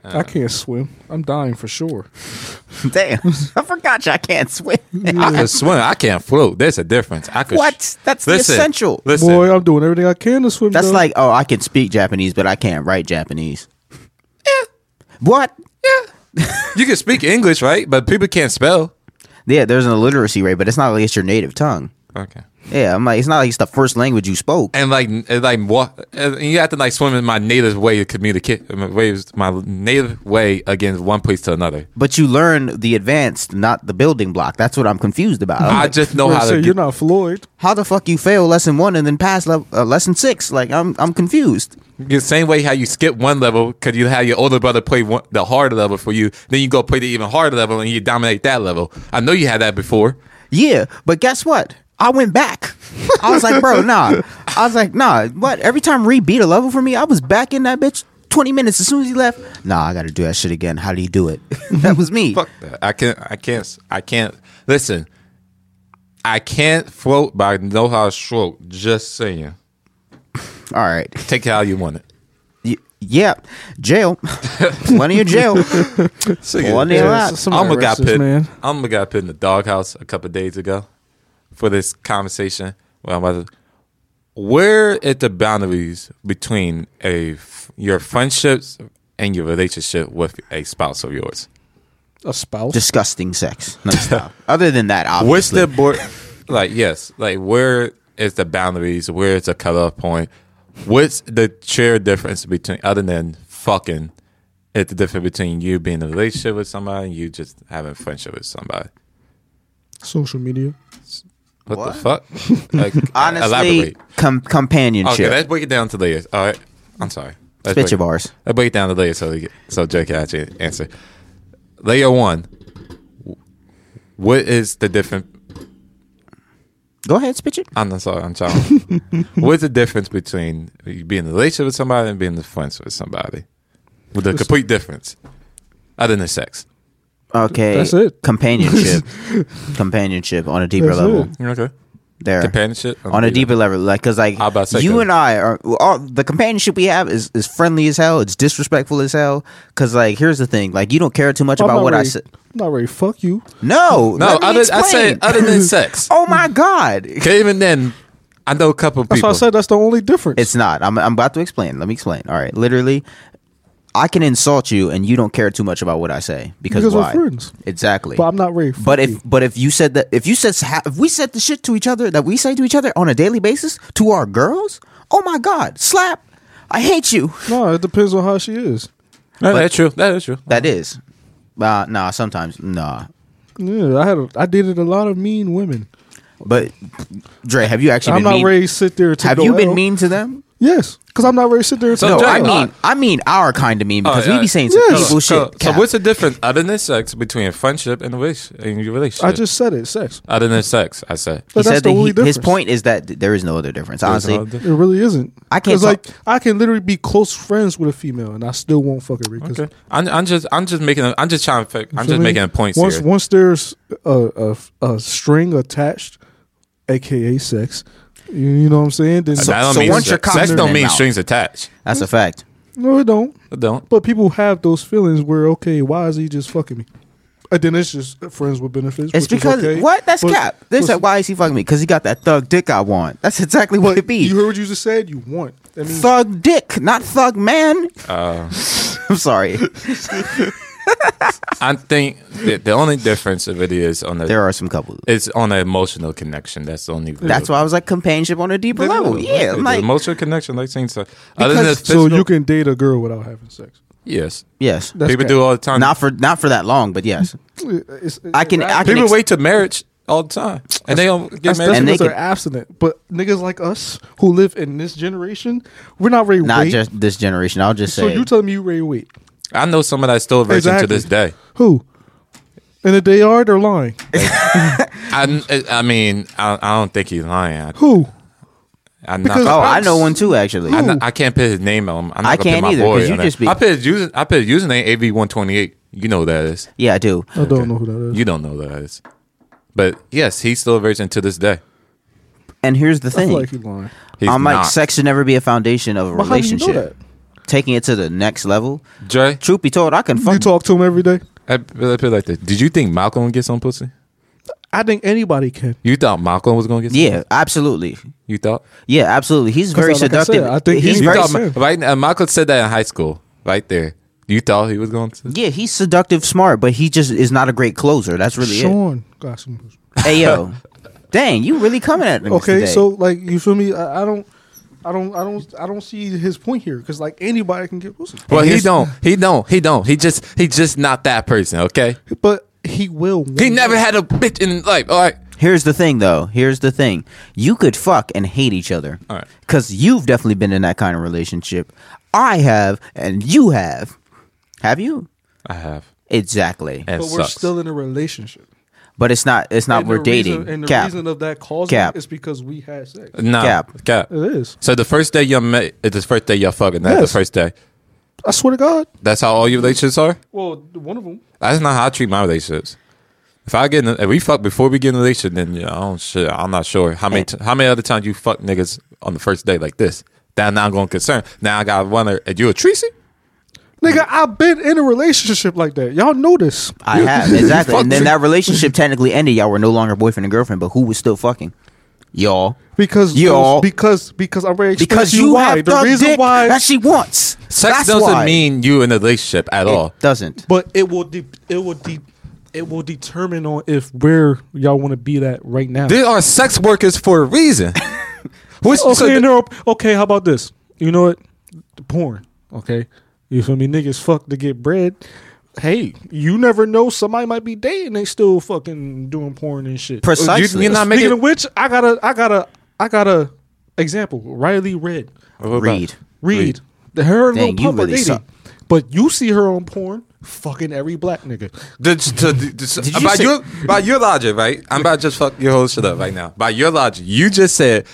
C: I can't swim. I'm dying for sure.
B: Damn, I forgot you. I can't swim.
A: I can swim. I can't float. There's a difference. I could.
B: What? That's the essential.
A: Listen,
C: Boy, I'm doing everything I can to swim.
B: That's
C: though.
B: like oh, I can speak Japanese, but I can't write Japanese. Yeah. What?
A: you can speak English, right? But people can't spell.
B: Yeah, there's an illiteracy rate, but it's not like it's your native tongue.
A: Okay.
B: Yeah, I'm like, it's not like it's the first language you spoke.
A: And like, and like what? And you have to like swim in my native way to communicate. uh, my ways- My native way against one place to another.
B: But you learn the advanced, not the building block. That's what I'm confused about. I'm
A: I
B: like,
A: just know
C: Wait,
A: how
C: so
A: to.
C: you're
A: Get,
C: not Floyd.
B: how the fuck you fail lesson one and then pass le- uh, lesson six? Like I'm, I'm confused.
A: the same way how you skip one level because you have your older brother play one, the harder level for you. Then you go play the even harder level and you dominate that level. I know you had that before.
B: Yeah, but guess what? I went back. I was like, bro, nah. I was like, nah. What? Every time Reed beat a level for me, I was back in that bitch. Twenty minutes as soon as he left. Nah, I got to do that shit again. How do you do it? that was me.
A: Fuck that. I can't. I can't. I can't. Listen. I can't float, but I know how to float. Just saying.
B: All right.
A: Take it how you want it.
B: Y- yeah, jail. Plenty of jail. Plenty of
C: Yeah,
B: that.
C: so- somebody
A: Alma got
C: arrest this
A: put.
C: man.
A: Alma got put in the doghouse a couple days ago for this conversation. Well, I'm about to- where at the boundaries between a f- your friendships and your relationship with a spouse of yours?
C: A spouse.
B: Disgusting sex. No, stop. Other than that,
A: What's
B: obviously.
A: the board? like yes, like where is the boundaries? Where is the cutoff point? What's the sheer difference between other than fucking? It's the difference between you being in a relationship with somebody and you just having friendship with somebody.
C: Social media.
A: What, the
B: What?
A: fuck? Like,
B: honestly
A: elaborate.
B: Com- companionship?
A: Okay, let's break it down to layers. All right, I'm sorry. Let's
B: Spit
A: break,
B: your bars.
A: Let's break it down to layers so we get, so Jay can actually answer. Layer one. What is the difference?
B: Go ahead, spit it.
A: I'm not sorry. I'm trying. What's the difference between you being in a relationship with somebody and being friends with somebody? With the complete difference, other than sex.
B: Okay,
C: That's it.
B: Companionship, companionship on a deeper
C: That's
B: level.
C: it.
A: Okay.
B: There,
A: Companionship
B: on a deeper level, like because like
A: How about second?
B: you and I are all, the companionship we have is, is friendly as hell. It's disrespectful as hell. Because like here's the thing, like you don't care too much
C: I'm
B: about
C: not
B: what I
C: ready-
B: said.
C: I'm not ready. Fuck you.
B: No,
A: No,
B: let me
A: other I
B: explain.
A: said other than sex.
B: oh my god,
A: Okay, even then, I know a couple
C: That's why I
A: people.
C: said that's the only difference.
B: It's not. I'm, I'm about to explain. Let me explain. All right. Literally, I can insult you and you don't care too much about what I say because,
C: Because we're
B: why?
C: friends.
B: Exactly.
C: but I'm not ready.
B: But
C: Fuck
B: if
C: you.
B: but if you said that if you said ha- if we said the shit to each other that we say to each other on a daily basis to our girls, oh my god, slap! I hate you.
C: no, it depends on how she is.
A: No, that's true. That is true.
B: That is, uh, nah. Sometimes nah.
C: Yeah, I had a, I dated a lot of mean women.
B: But Dre, have you actually?
C: I'm
B: been
C: not
B: mean?
C: ready to sit there. and take
B: Have
C: no
B: you
C: L.
B: been mean to them?
C: Yes, because I'm not ready to sit there. and
A: So,
B: No,
C: take
A: Jay, uh,
B: I
A: oh,
B: mean, I mean our kind of mean because
A: yeah,
B: we be saying
C: yeah.
B: some
C: Yes.
B: evil shit.
A: So, so
B: Cap.
A: what's the difference other than sex between friendship and race and your relationship?
C: I just said it. Sex.
A: other than sex, I said.
C: But
B: he
C: that's
B: said
C: the
B: that he-
C: only
B: his
C: difference.
B: point is that th- there is no other difference. Honestly,
A: no other-
C: It really isn't.
B: I can't
C: 'Cause,
B: talk-
C: like I can literally be close friends with a female and I still won't fuck her because
A: Okay. I'm, I'm just I'm just making a, I'm just trying to fi- I'm
C: feel
A: just
C: me?
A: making a point
C: Once
A: here.
C: once there's a, a a string attached, aka sex. You, you know what I'm saying? Then
A: Uh, That don't
B: so
A: mean
B: once you're
A: sex, sex
B: confident
A: don't mean
B: enough-
A: strings attached.
B: that's a fact.
C: no, it don't.
A: It don't.
C: But people have those feelings where okay, why is he just fucking me? And then it's just friends with benefits.
B: It's
C: which is
B: because
C: okay.
B: what? That's
C: But-
B: cap. They
C: but-
B: said, "Why is he fucking me?" Because he got that thug dick I want. That's exactly what it
C: You
B: be.
C: heard what you just said. You want. That means Uh.
B: Thug dick, not thug man. I'm sorry.
A: I think that the only difference of it is on the
B: There are some couples.
A: it's on an emotional connection. That's the only.
B: That's why I was like companionship on a deeper level. Yeah,
A: the
B: I'm like
A: emotional connection, like saying so. Other than the
C: Because- so
A: physical-
C: you can date a girl without having sex.
A: yes,
B: yes,
C: That's
A: people
C: great.
A: do all the time.
B: not for not for that long, but yes,
C: It's-
B: I can. I can
A: people
B: ex-
A: wait to marriage all the time, and they don't get
C: That's,
A: married.
C: that's
B: And they
C: because they are
B: can-
C: abstinent. But niggas like us who live in this generation, we're not ready to
B: Not
C: wait.
B: just this generation. I'll just
C: so
B: say
C: you tell me you ready to wait.
A: I know someone that's still a virgin
C: Exactly.
A: to this day.
C: Who? And if they are, they're lying.
A: I, I mean, I, I don't think he's lying. I,
C: Who?
A: I'm
C: Because-
A: not.
B: Oh, I know one too. Actually,
A: I'm not- I can't put his name on. him. I'm not
B: I
A: gonna put
B: can't
A: my
B: either,
A: boy
B: 'cause you
A: on
B: just
A: it.
B: be-
A: I put his user, I put his username AV128. You know who that is.
B: yeah, I do.
C: I don't know who that is.
A: You don't know who that is. But yes, he's still a virgin to this day.
B: And here's the
C: I
B: thing:
C: feel like he's lying.
A: He's
B: I'm like,
A: not.
B: sex should never be a foundation of a
C: But how do you
B: relationship.
C: know that?
B: Taking it to the next level.
A: Dre,
B: Truth be told, I can
C: You
B: fuck.
C: talk to him every day.
A: I put I put it like this. Did you think Malcolm would get some pussy?
C: I think anybody can.
A: You thought Malcolm was gonna get some
B: yeah,
A: pussy?
B: absolutely.
A: You thought?
B: Yeah, absolutely. He's very
C: like I said,
B: seductive.
C: I think
B: he's
C: he-
A: You
B: very.
A: thought
C: soon.
A: Ma- right uh, Malcolm said that in high school. Right there. You thought he was going to
B: Yeah, he's seductive, smart, but he just is not a great closer. That's really
C: Sean got some.
B: it. Hey yo, dang, you really coming at me
C: Okay,
B: today.
C: so like you feel me? I, I don't, I don't, I don't, I don't see his point here because like anybody can get pussy,
A: Well he
B: here's-
A: don't. He don't. He don't. He just he just not that person, okay?
C: but he will.
A: He
C: one
A: never
C: day.
A: had a bitch in his life. All right.
B: Here's the thing, though. Here's the thing. You could fuck and hate each other.
A: All right.
B: Because you've definitely been in that kind of relationship. I have, and you have. Have you?
A: I have.
B: Exactly.
A: And
C: But we're
A: sucks.
C: still in a relationship.
B: But it's not. It's not.
C: And
B: we're
C: the
B: dating.
C: Reason, and the
B: Cap.
C: reason of that causing
B: Cap.
C: is because we had sex. It
A: Nah,
B: Cap.
A: Cap.
C: is.
A: So the first day y'all met is the first day y'all fucking. That's
C: Yes.
A: the first day.
C: I swear to God.
A: That's how all your relationships are.
C: Well, one of them.
A: That's not how I treat my relationships. If I get in, if we fuck before we get in a relationship, then you know, I don't shit. I'm not sure how many
B: Hey.
A: t- how many other times you fuck niggas on the first day like this. That now I'm going concern. Now I got to wonder, are you a Tracy?
C: Nigga, I've been in a relationship like that. Y'all know this.
B: Mm. I have exactly.
A: Fuck
B: and then
A: you.
B: that relationship technically ended. Y'all were no longer boyfriend and girlfriend, but who was still fucking? Y'all.
C: Because
B: Y'all.
C: because because I'm ready to explain
B: Because
C: to you,
B: you
C: why.
B: have
C: The reason
B: dick
C: why
B: that she wants.
A: Sex
B: That's
A: doesn't
B: why.
A: mean you in a relationship at all.
B: it doesn't.
C: but it will de- it will de- it will determine on if where y'all want to be at right now.
A: There are sex workers for a reason. Which
C: okay,
A: so the-
C: no, okay, how about this? You know what? The porn. Okay. You feel me? Niggas fuck to get bread. Hey, you never know. Somebody might be dating. They still fucking doing porn and shit.
B: Precisely.
A: you, you're not
C: Speaking
A: making.
C: of which, I got a, I got a, I got a example. Riley Red,
A: What about-
B: Read.
C: Reed, the her and
B: Dang,
C: Lil
B: you
C: Pump are
B: really
C: dating,
B: suck.
C: but you see her on porn, fucking every black nigga.
A: The, the, the,
B: Did you
A: by
B: say-
A: your by your logic, right? I'm about to just fuck your whole shit up right now. By your logic, you just said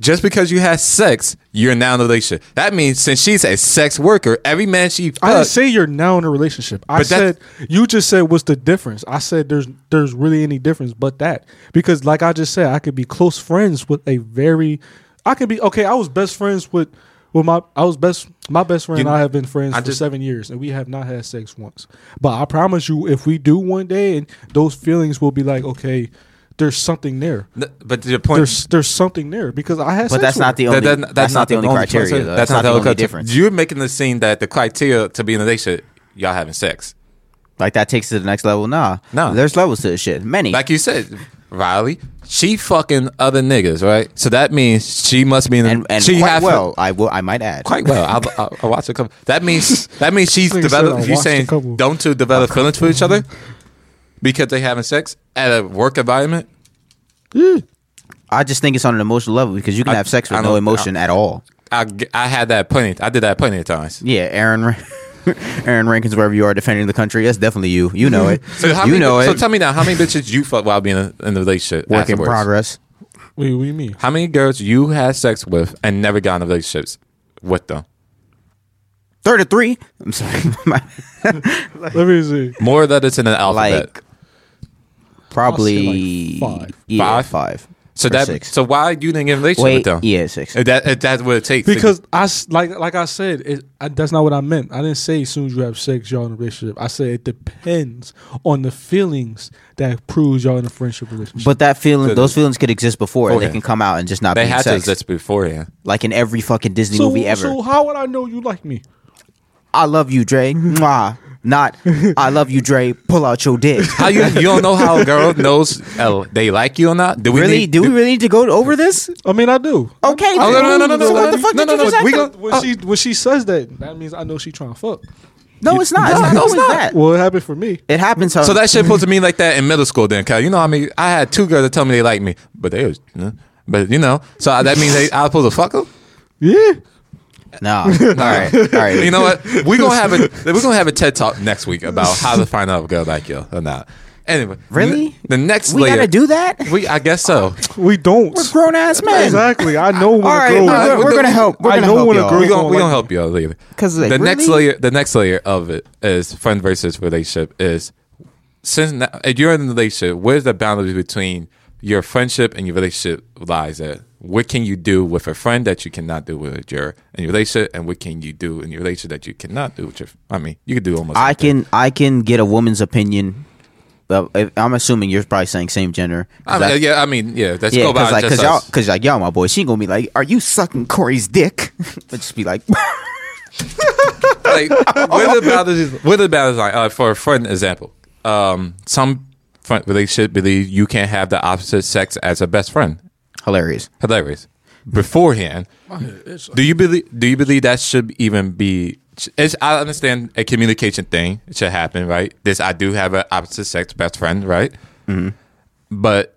A: just because you had sex, you're now in a relationship. That means since she's a sex worker, every man she
C: I didn't
A: fucked,
C: say you're now in a relationship. I
A: But that's-
C: said you just said what's the difference. I said there's there's really any difference but that because like I just said, I could be close friends with a very, I could be okay. I was best friends with. with my I was best my best friend
A: You-
C: and I have been friends
A: I
C: for
A: just-
C: seven years and we have not had sex once. But I promise you, if we do one day, and those feelings will be like, okay, there's something there.
A: N- but your point
C: There's there's something there because I had.
B: But
C: sex
B: that's
C: with
B: not
C: her.
B: the only. that's, not the only criteria.
A: criteria.
B: though. That's, not the only
A: criteria.
B: difference.
A: You're making the scene that the criteria to be in a relationship, y'all having sex.
B: Like that takes it to the next level. Nah,
A: Nah.
B: There's levels to this shit. Many.
A: Like you said, Riley, she fucking other niggas, right? So that means she must be in a,
B: and and
A: she
B: quite
A: have-
B: well. I will. I might add.
A: quite well. I, I, I watched a couple. That means that means she's
C: Nigga said I
A: developed. You
C: watched a
A: saying
C: couple.
A: don't two develop feelings for each other because they having sex at a work environment?
B: I just think it's on an emotional level because you can
A: I-
B: have sex
A: I
B: with no
A: don't-
B: emotion at all.
A: I, g- I had that plenty. I did that plenty of times.
B: Yeah, Aaron. Ra- Aaron Rankins, wherever you are defending the country, that's definitely you. You know it.
A: So how
B: you
A: many,
B: know
A: So
B: it.
A: tell me now, how many bitches you fuck while being in a, in a relationship?
B: Work in
A: afterwards?
B: progress.
C: Wait, what do you mean?
A: How many girls you had sex with and never got in relationships with them?
B: Thirty-three. I'm sorry. My-
C: Let me see.
A: More letters in an alphabet.
B: like probably
C: I'll say like five.
B: Yeah,
A: Five?
B: five.
A: so
B: or
A: that
B: six.
A: so why you didn't get in a relationship
B: wait,
A: with them?
B: yeah, six.
A: If that if that's what it takes.
C: Because I s- like like I said, it, I, that's not what I meant. I didn't say as soon as you have sex, y'all in a relationship. I said it depends on the feelings that proves y'all in a friendship relationship.
B: But that feeling,
A: So
B: those feelings could exist before, and they
A: Okay.
B: can come out and just not
A: they
B: be in
A: had to
B: sex.
A: exist beforehand.
B: like in every fucking Disney
C: so,
B: movie ever.
C: so how would I know you like me?
B: I love you, Dre. Mwah. Not I love you, Dre. Pull out your dick.
A: How you you don't know how a girl knows uh, they like you or not? Do we
B: really?
A: need-
B: do we really need to go over this?
C: I mean, I do.
B: Okay.
A: Oh, no, no, no, no, no,
B: so
A: no,
B: what the fuck
A: no,
B: did you
A: no, no,
B: just
A: we
B: ask
A: go-
B: him?
C: When she when she says that, that means I know she trying to fuck.
B: No, it's not. It's not always that.
C: Well, it happened for me.
B: It happens.
A: So that shit supposed to mean like that in middle school then, Kyle. You know, I mean, I had two girls that told me they like me, but they was, uh, but you know, so I- that means they, I was supposed to fuck them.
C: Yeah.
B: No. All right. All right.
A: You know what? We're gonna have a we're gonna have a TED talk next week about how to find out if a girl like you or not. Anyway,
B: Really?
A: the next
B: we
A: layer,
B: gotta do that.
A: We, I guess so.
C: We don't.
B: We're grown ass men.
C: Exactly. I know when
B: All right.
C: a girl.
B: all right,
A: Alright,
B: we're,
A: we're
B: gonna
A: the-
B: help. We're
C: I
B: gonna
C: know
B: help
C: when a
B: y'all.
C: girl-
A: We gonna we
C: like-
A: gonna help you out later.
B: 'Cause, like,
A: the next
B: really?
A: layer, the next layer of it is friend versus relationship. Is since now, if you're in a relationship, where's the boundaries between your friendship and your relationship lies at? What can you do with a friend that you cannot do with your in your relationship, and what can you do in your relationship that you cannot do with your? I mean, you could do almost.
B: I
A: anything.
B: can I can get a woman's opinion. Well, if- I'm assuming you're probably saying same gender. 'Cause
A: I mean,
B: I-
A: yeah, I mean, yeah. That's
B: yeah,
A: go by
B: because like,
A: just
B: cause y'all,
A: us.
B: cause like y'all, my boy, she gonna be like, "Are you sucking Corey's dick?" but just be like,
A: like where the boundaries where the boundaries lie uh, for a friend example um some friend relationship believe you can't have the opposite sex as a best friend
B: "Hilarious."
A: hilarious beforehand do you believe do you believe that should even be it's, I understand a communication thing should happen right this I do have an opposite sex best friend right but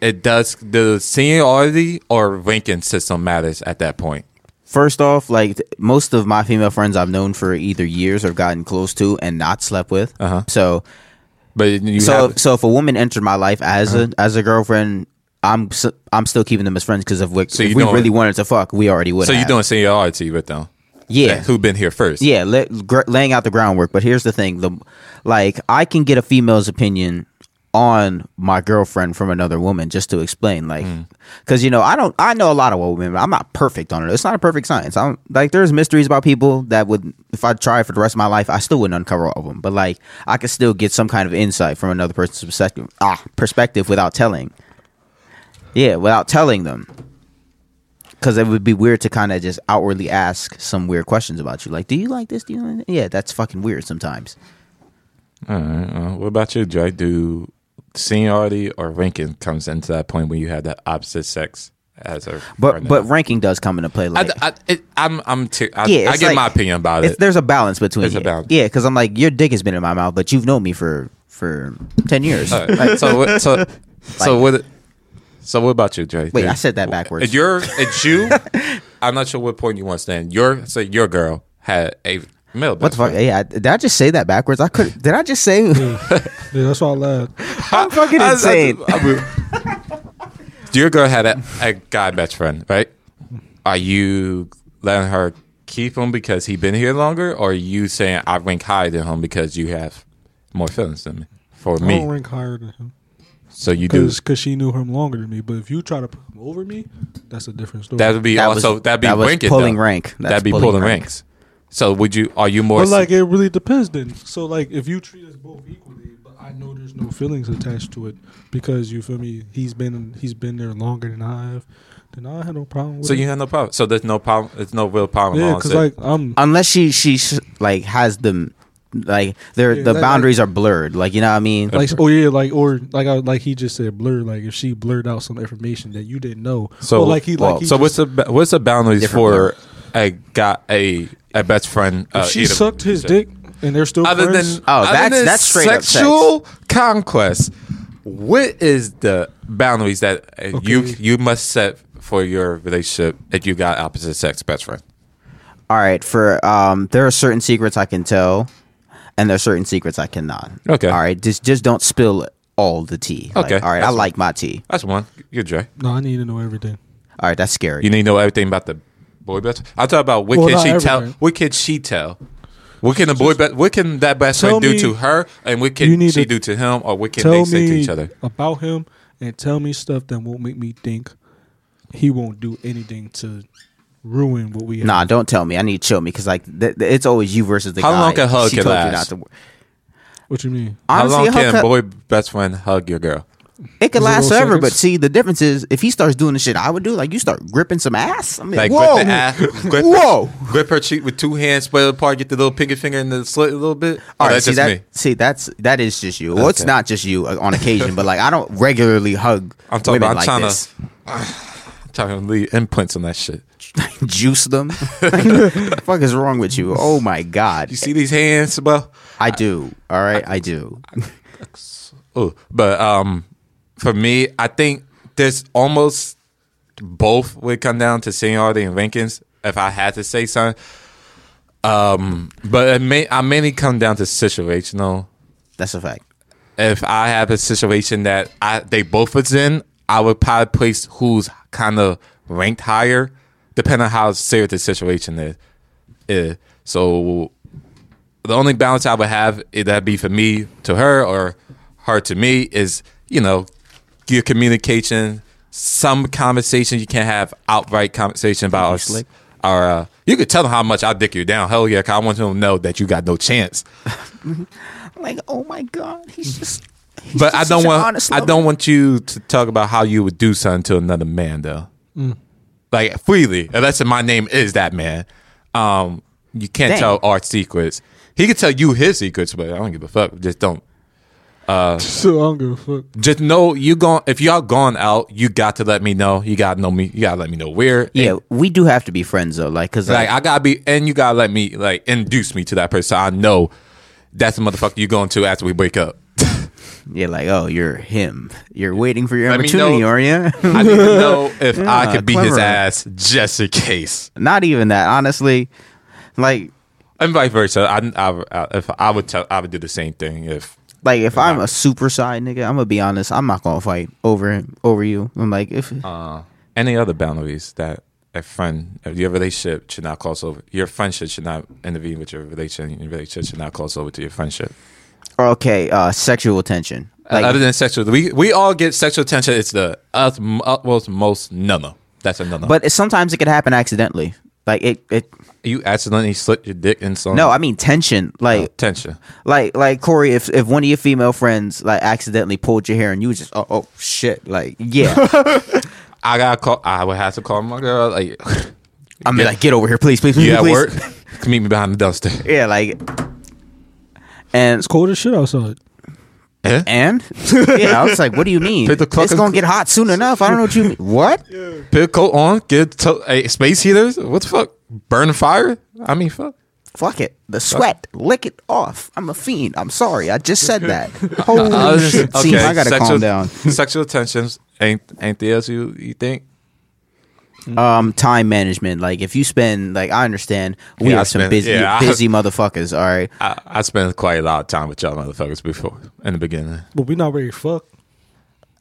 A: it does the seniority or ranking system matters at that point
B: First off, like th- most of my female friends I've known for either years or gotten close to and not slept with.
A: Uh-huh.
B: So
A: but you Uh-huh.
B: so
A: have,
B: so if a woman entered my life as a as a girlfriend, I'm s am still keeping them as friends because if we,
A: So
B: if
A: you
B: we
A: don't-
B: really wanted to fuck, we already would.
A: so you're
B: have.
A: doing seniority with them
B: yeah.
A: who been here first
B: Yeah, let, gr- laying out the groundwork. But here's the thing: the like I can get a female's opinion on my girlfriend from another woman just to explain, like, because you know I don't I know a lot of women. But I'm not perfect on it. It's not a perfect science. I'm like there's mysteries about people that would if I tried for the rest of my life I still wouldn't uncover all of them. But like I could still get some kind of insight from another person's perspective ah perspective without telling. Yeah, without telling them because it would be weird to kind of just outwardly ask some weird questions about you. Like, do you like this? Do you like that? Yeah, that's fucking weird sometimes.
A: All right. Uh, what about you, Dre? Do seniority or ranking comes into that point when you have the opposite sex as a
B: But
A: partner?
B: but ranking does come into play.
A: I,
B: Like,
A: I, it, I'm I'm t- I,
B: yeah,
A: I
B: it's
A: give
B: like-
A: my opinion about
B: it's-
A: it.
B: There's a balance between.
A: There's a
B: it.
A: balance.
B: Yeah, because I'm like, your dick has been in my mouth, but you've known me for for ten years.
A: All right. so what, so so what so what about you, Dre?
B: Wait,
A: Do-
B: I said that backwards.
A: If you're it's you, I'm not sure what point you want to stand. Your say your girl had a male.
B: what the fuck? Yeah, I- did I just say that backwards? I could. Did I just say?
C: Yeah, that's why I lied.
B: I'm fucking insane.
A: Your girl had a, a guy best friend, right? Are you letting her keep him because he been here longer, or are you saying I rank higher than him because you have more feelings than me? For
C: I don't
A: me,
C: rank higher than him
A: so you do.
C: Oh, because she knew him longer than me. But if you try to put him over me, that's a different story.
A: That would be
B: That was-
A: also that'd be
B: that was
A: ranking,
B: pulling
A: though.
B: rank. That's
A: that'd be
B: pulling
A: pulling,
B: rank.
A: ranks. So would you? Are you more?
C: but like it really depends then. So like if you treat us both equally, but I know there's no feelings attached to it because you feel me. He's been he's been there longer than I have. Then I had no problem. With
A: so
C: it.
A: you have no problem. So there's no problem. There's no real problem.
C: yeah,
A: along
C: because
A: with it.
C: like I'm
B: Unless she she sh- like has them, like their
C: Yeah,
B: the
C: like-
B: boundaries are blurred. Like you know what I mean?
C: like oh yeah like or like I, like he just said blur like if she blurred out some information that you didn't know.
A: So
C: Or, like he like
B: well,
C: he
A: So
C: just-
A: what's the ba- what's the boundaries
B: Different
A: for a got a a best friend? Uh,
C: if she
A: either-
C: sucked his dick and they're still
A: Other
C: friends,
A: than
B: Oh,
A: other
B: that's-
A: than
B: that's straight up sex.
A: sexual conquest. What is the boundaries that uh, you
C: Okay.
A: you must set for your relationship if you got opposite sex best friend?
B: All right, for um, there are certain secrets I can tell, and there are certain secrets I cannot.
A: Okay.
B: All right, just just don't spill all the tea. Like,
A: Okay,
B: all right, I
A: that's fine.
B: like my tea.
A: That's one. You're Dre.
C: no, I need to know everything.
B: All right, that's scary.
A: You need to know everything about the boy best. I talk about what
C: Well,
A: can
C: not
A: she tell?
C: everything.
A: What can she tell? What can the boy? Be- what can that best
C: Tell
A: friend do
C: me-
A: to her, and what
C: you
A: can
C: need
A: she
C: to
A: do to him, or what can they
C: tell
A: say to
C: me
A: each other?
C: about him and tell me stuff that won't make me think he won't do anything to ruin what we have.
B: Nah, don't tell me. I need to show me because like th- th- it's always you versus the
A: How
B: guy.
A: long can hug
B: She
A: can
B: told you
A: last?
B: not to wor-
C: What you mean?
A: How
B: Honestly,
A: long
B: a hug
A: can
B: cut-
A: boy best friend hug your girl?
B: It could
C: Zero
B: last forever,
C: seconds.
B: but see, the difference is if he starts doing the shit I would do, like you start gripping some ass. I'm
A: Like
B: like, whoa,
A: grip the ass, grip,
B: whoa.
A: grip her cheek with two hands, split it apart, get the little pinky finger in the slit a little bit. Oh,
B: All right,
A: that's
B: see
A: just
B: that?
A: me.
B: See, that's that is just you. Well, it's
A: Okay.
B: not just you uh, on occasion, but like I don't regularly hug
A: I'm talking
B: women
A: about
B: like
A: China.
B: this.
A: I'm trying to leave imprints on that shit.
B: Juice them. the fuck is wrong with you? Oh my god,
A: You see these hands, bro?
B: I do. All right, I, do.
A: Ooh, but um, for me, I think there's almost both would come down to seniority and rankings. If I had to say something, um, but it may I mainly come down to situational.
B: That's a fact.
A: If I have a situation that I they both was in, I would probably place who's kind of ranked higher, depending on how serious the situation is. Yeah. So the only balance I would have it that be for me to her or her to me is you know your communication. Some conversation you can't have outright conversation about
B: you
A: us.
B: slick.
A: Or uh, you could tell them how much I dick you down. Hell yeah, 'cause I want them to know that you got no chance.
B: Like, oh my god, he's just. he's
A: But
B: just
A: I
B: such
A: don't
B: an
A: want
B: honest
A: I
B: lover.
A: don't want you to talk about how you would do something to another man though. Like freely, unless my name is that man. Um, you can't
B: Dang.
A: tell art secrets. He could tell you his secrets, but I don't give a fuck. Just don't.
C: So I don't give a fuck.
A: Just know you going. If y'all gone out, you got to let me know. You got to know me. You got to let me know where.
B: Yeah,
A: And,
B: we do have to be friends though, like because
A: like I gotta be, and you gotta let me like induce me to that person. I know that's the motherfucker you going to after we break up.
B: Yeah, like, oh, you're him. You're waiting for your
A: Let me
B: opportunity,
A: know.
B: are you?
A: I need to know if I
B: Yeah,
A: could beat his
B: clever.
A: ass just in case.
B: Not even that, honestly. Like,
A: and vice versa. I, I, I, if I would tell, I would do the same thing. If
B: like if I'm a super side nigga, I'm gonna be honest. I'm not gonna fight over over you. I'm like, if
A: uh, any other boundaries that a friend, if your relationship should not cross over, your friendship should not intervene with your relationship. Your relationship should not cross over to your friendship.
B: okay, uh, sexual tension. Like,
A: Uh, Other than sexual, we we all get sexual tension. It's the utm- utmost most no That's a no
B: but it, sometimes it could happen accidentally. Like it, it.
A: you accidentally slipped your dick in some
B: No, I mean tension. Like,
A: tension.
B: like, like Corey. If if one of your female friends like accidentally pulled your hair and you was just, oh, oh shit. Like, yeah.
A: I got to call. I would have to call my girl. Like
B: I'm
A: Yeah.
B: like, get over here, please, please, please,
A: you at
B: please.
A: work? Meet me behind the dumpster.
B: Yeah, like. And
C: It's cold as shit outside.
A: Eh?
B: And yeah, I was like, "What do you mean?
A: Hit the clock
B: It's
A: and-
B: gonna get hot soon enough." I don't know what you mean. What?
A: Put a coat on, get to- a space heaters. What the fuck? Burn fire? I mean, fuck.
B: Fuck it. The sweat, lick it off. I'm a fiend. I'm sorry. I just said that. Holy
A: Uh,
B: shit! See, I gotta
A: sexual-
B: calm down.
A: Sexual tensions ain't ain't the else you you think?
B: Um, time management. Like, if you spend, like, I understand we
A: Yeah, I
B: are some
A: spend-
B: busy,
A: yeah, I-
B: busy motherfuckers. All right.
A: I, I spent quite a lot of time with y'all motherfuckers before in the beginning.
C: But we not ready to fuck.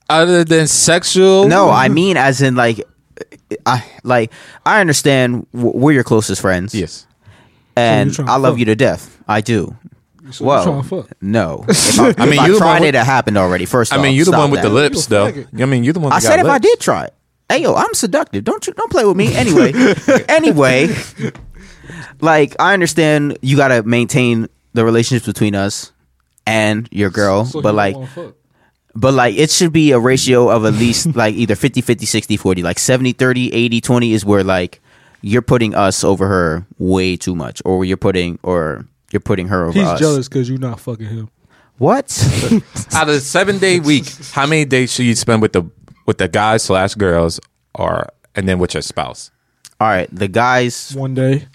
A: Other than sexual,
B: No, I mean, as in, like, I like, I understand w- we're your closest friends.
A: Yes,
B: and
C: So you tryna
B: I love
C: fuck?
B: you to death. I do.
C: So you
B: Whoa.
C: tryna fuck?
B: No. If I,
A: I mean,
B: mean, if
A: you
B: I
A: the one
B: tried
A: with-
B: it, it happened already. First,
A: I mean
B: off,
A: you the
B: stop
A: one with
B: that.
A: the lips
C: You a
A: though.
C: faggot.
A: I mean you the one.
B: I
A: that got
B: said if I
A: lips.
B: did try it. Hey yo, I'm seductive. Don't you don't play with me. Anyway, anyway, like I understand you gotta maintain the relationship between us and your girl,
C: So
B: but
C: you
B: like,
C: wanna fuck.
B: but like it should be a ratio of at least like either 50 50 60 40 like 70 30 80 20 is where like you're putting us over her way too much or you're putting or you're putting her over
C: he's
B: us
C: jealous because you're not fucking him.
B: what
A: out of the seven day week, how many days should you spend with the with the guys slash girls, or and then with your spouse?
B: all right the guys
C: One day,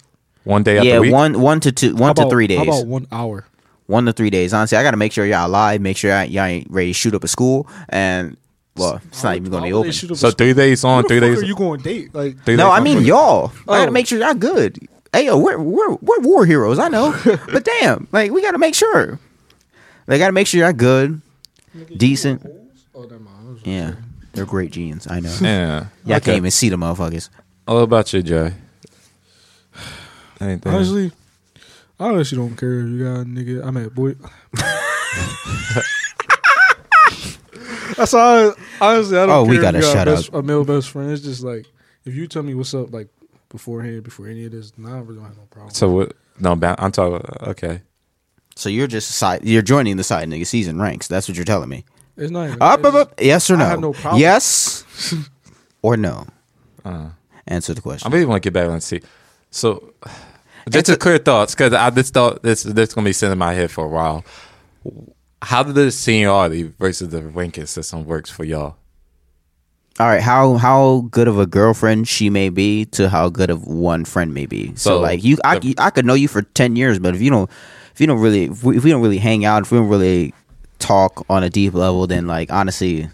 A: One day, out
B: yeah
A: the week?
B: one one to two one
C: How
B: to
C: about-
B: three days
C: How about one hour?
B: one to three days. Honestly, I gotta make sure y'all alive, make sure y'all, y'all ain't ready to shoot up a school, and well, it's not even gonna be
C: How would they
B: open.
C: shoot up a
A: So
C: school?
A: three days on,
C: Who
A: three
C: the fuck
A: days.
C: Are you going date? Like
A: three
B: No,
A: days
B: I
A: on,
B: mean
A: three-
B: y'all. I gotta
C: Oh.
B: make sure y'all good. Hey yo, we're we're we're war heroes, I know, but damn, like we gotta make sure. They gotta make sure y'all good, decent.
C: Oh, never mind.
B: Yeah, they're great genes. I know.
A: Yeah.
B: Y'all
A: Okay.
B: can't even see the motherfuckers.
A: All about you, Joy. Anything?
C: Honestly, I honestly don't care if you got a nigga. I mean, boy. That's all. I, honestly, I don't
B: Oh,
C: care
B: we
C: if
B: gotta
C: you got
B: shut
C: best, a male best friend. It's just like if you tell me what's up, like beforehand, before any of this, nah, we're gonna have no problem.
A: so what? No, ba- I'm talking. Okay.
B: So you're just a side. You're joining the side nigga season ranks. That's what you're telling me.
C: It's not even.
B: Up,
C: it's
B: up, up. Yes or
C: I
B: no?
C: have no problem.
B: Yes or no?
C: Uh.
B: Answer the question.
A: I really want to get back on see. So, just
B: It's
A: to
B: a-
A: clear thoughts, because I just thought this this gonna be sitting in my head for a while. How did the seniority versus the ranking system works for y'all?
B: All right, how how good of a girlfriend she may be to how good of one friend may be. So,
A: So,
B: like you, I,
A: the-
B: I could know you for ten years, but if you don't, if you don't really, if we, if we don't really hang out, if we don't really talk on a deep level, then like honestly,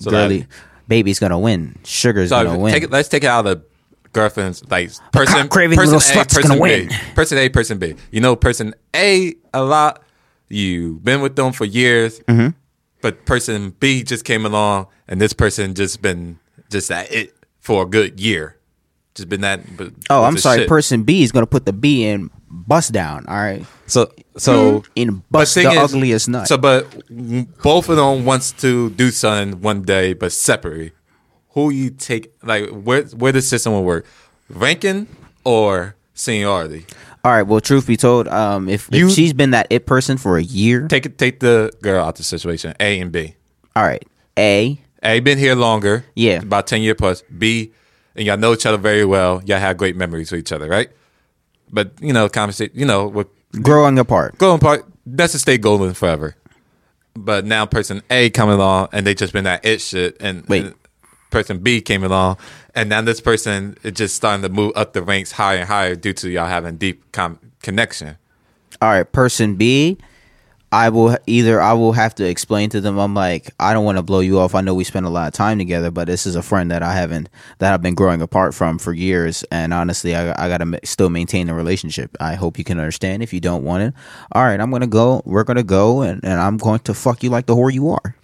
A: So
B: girly,
A: that-
B: baby's gonna win. Sugar's gonna
A: So
B: win.
A: take it, let's take it out of the girlfriend's like person
B: cock-craving
A: person
B: little
A: A,
B: slut's
A: person
B: gonna
A: B.
B: win.
A: Person A, person B. You know, person A a lot. You've been with them for years,
B: Mm-hmm.
A: but person B just came along, and this person just been just that it for a good year. Just been that. but-
B: oh, I'm
A: just
B: sorry.
A: shit.
B: Person B is gonna put the B in bust down. All right,
A: So so
B: in
A: but
B: bust the
A: thing is-
B: ugliest nut.
A: So but w- both of them wants to do something one day, but separate. Who you take like where where the system will work, ranking or seniority?
B: all right. Well, truth be told, um, if,
A: You-
B: if she's been that it person for a year,
A: Take it take the girl out the situation. A and B.
B: all right, A,
A: A been here longer,
B: Yeah.
A: about ten year plus. B and y'all know each other very well. Y'all have great memories with each other, right? But you know, conversation. You know, with
B: growing apart.
A: Golden Park, that's a state golden forever. But now person A coming along and they just been that it shit and,
B: Wait.
A: and person B came along and now this person is just starting to move up the ranks higher and higher due to y'all having deep com- connection.
B: all right, person B, I will either I will have to explain to them. I'm like, I don't want to blow you off. I know we spent a lot of time together, but this is a friend that I haven't that I've been growing apart from for years. And honestly, I, I gotta ma- still maintain the relationship. I hope you can understand. If you don't want it, all right, I'm gonna go. We're gonna go, and, and I'm going to fuck you like the whore you are.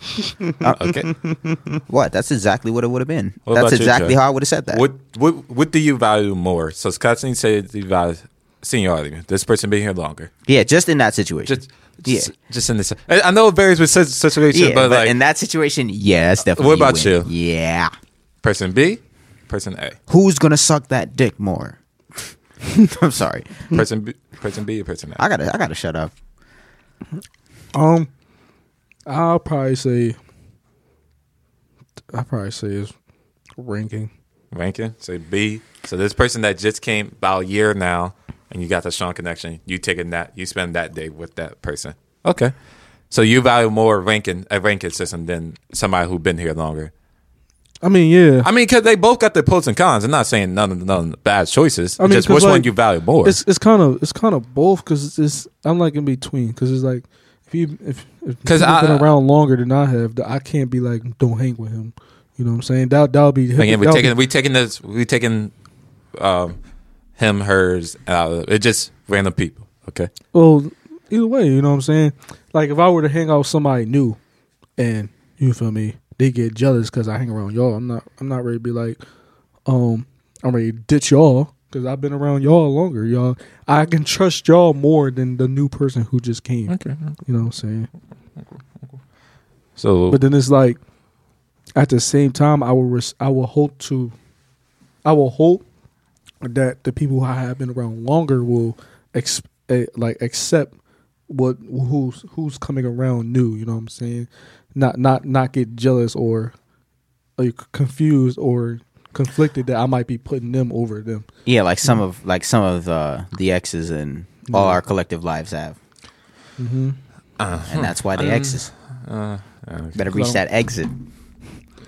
B: Uh.
A: Okay.
B: What? That's exactly what it would have been.
A: What
B: That's
A: about you,
B: exactly
A: Jay?
B: how I would have said that.
A: what what what do you value more? So Scottson said you value seniority. This person being here longer.
B: Yeah, just in that situation.
A: Just just, just in this I I know it varies with such situation,
B: yeah,
A: but,
B: but,
A: like
B: in that situation, yeah, that's definitely.
A: what about
B: win. Yeah.
A: person B, person A.
B: who's gonna suck that dick more? I'm sorry.
A: Person B person B or person A.
B: I gotta I gotta shut up.
C: Um, I'll probably say. I'll probably say is ranking.
A: ranking. So B. So this person that just came about a year now, and you got the strong connection. You taking that. You spend that day with that person. Okay. So you value more ranking a ranking system than somebody who been here longer.
C: I mean, yeah.
A: I mean, because they both got their pros and cons. I'm not saying none of none bad choices.
C: I mean,
A: just
C: 'cause,
A: which one
C: like,
A: you value more.
C: It's it's kind of it's kind of both because it's, it's I'm like in between because it's like if you if if
A: 'Cause
C: he's been
A: I-
C: around longer than I have, th- I can't be like don't hang with him. You know what I'm saying? That that'll be
A: Again, we
C: that'll
A: taking
C: be-
A: we taking this we taking um, him hers. Uh, it just random people. Okay.
C: well either way. You know what I'm saying? Like if I were to hang out with somebody new, and you feel me, they get jealous because I hang around y'all. I'm not I'm not ready to be like, um, I'm ready to ditch y'all because I've been around y'all longer. Y'all, I can trust y'all more than the new person who just came.
A: Okay.
C: You know what I'm saying?
A: So
C: But then it's like, at the same time, I will res- I will hope to, I will hope that the people who I have been around longer will ex- eh, like accept what who's who's coming around new. You know what I'm saying? Not not not get jealous or like confused or conflicted that I might be putting them over them.
B: Yeah, like some of like some of uh, the exes and all our collective lives have,
C: Mm-hmm.
B: and that's why they exes.
A: Uh-huh. uh, uh,
B: Better reach that exit.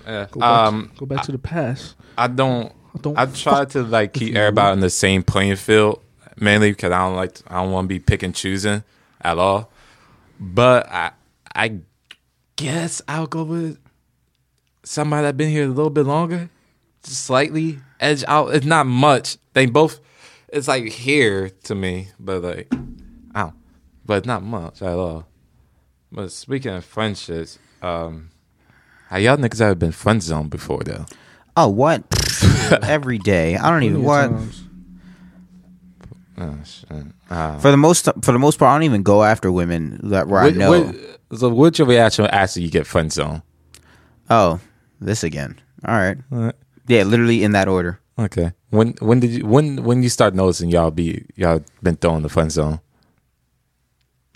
A: yeah.
C: Go back,
A: um,
C: to, go back to the past.
A: I don't.
C: I don't.
A: I try to like keep everybody on the same playing field, mainly because I don't like I don't want to be pick and choosing at all. But I I guess I'll go with somebody that been here a little bit longer, just slightly edge out. It's not much. They both. It's like here to me, but like I don't. But not much at all. But speaking of friendships, um, how y'all niggas ever been friend zoned before though?
B: Oh what? Every day. I don't even
C: Plenty of
B: what.
C: times.
A: Oh, shit. Uh,
B: For the most for the most part, I don't even go after women that where I know.
A: What, so what's your reaction after you get friend zone?
B: Oh, this again. All right. Yeah, literally in that order.
A: Okay. When when did you when when you start noticing y'all be y'all been throwing the friend zone?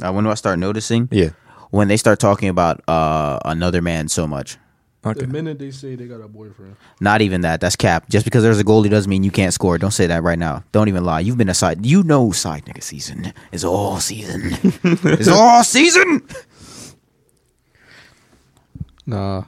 B: Uh, when do I start noticing?
A: Yeah.
B: when they start talking about uh, another man so much.
A: Okay.
C: The minute they say they got a boyfriend,
B: Not even that. That's cap. Just because there's a goalie doesn't mean you can't score. Don't say that right now. Don't even lie. You've been a side. You know, side nigga season is all season. it's all season.
C: nah.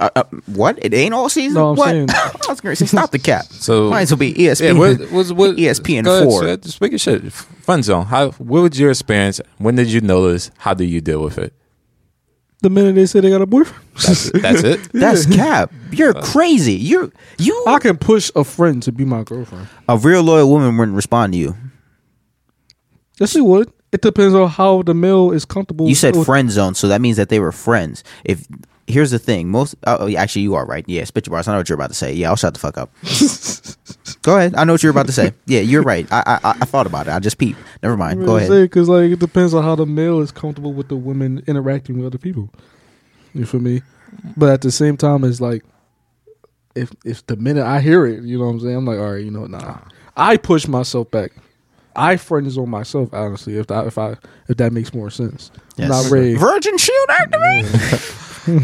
B: Uh, uh, what? It ain't all season.
C: No, I'm
B: what?
C: saying-
B: I was gonna say stop the cap.
A: So-
B: might as well be E ESPN.
A: Yeah, what, what's what?
B: ESPN
A: go ahead,
B: four.
A: Seth. Speaking of shit, fun zone. How? What was your experience? When did you notice? How do you deal with it?
C: The minute they say they got a boyfriend,
A: That's it. That's it?
B: That's cap. You're
A: Uh,
B: crazy. You're you.
C: I can push a friend to be my girlfriend.
B: A real loyal woman wouldn't respond to you.
C: Yes, she would. It depends on how the male is comfortable.
B: You said
C: with-
B: friend zone, so that means that they were friends. If here's the thing, most oh, yeah, actually you are right. Yeah, spit your bars. I know what you're about to say. Yeah, I'll shut the fuck up. Go ahead. I know what you're about to say. Yeah, you're right. I I, I- I thought about it. I just peeped. Never mind. Go ahead.
C: Because like it depends on how the male is comfortable with the women interacting with other people. You feel me? But at the same time, it's like if if the minute I hear it, you know what I'm saying. I'm like, all right, you know, nah. I push myself back. I friend zone myself. Honestly, if I if I if that makes more sense. I'm
B: Yes.
C: Not ready.
B: Virgin Shield activate.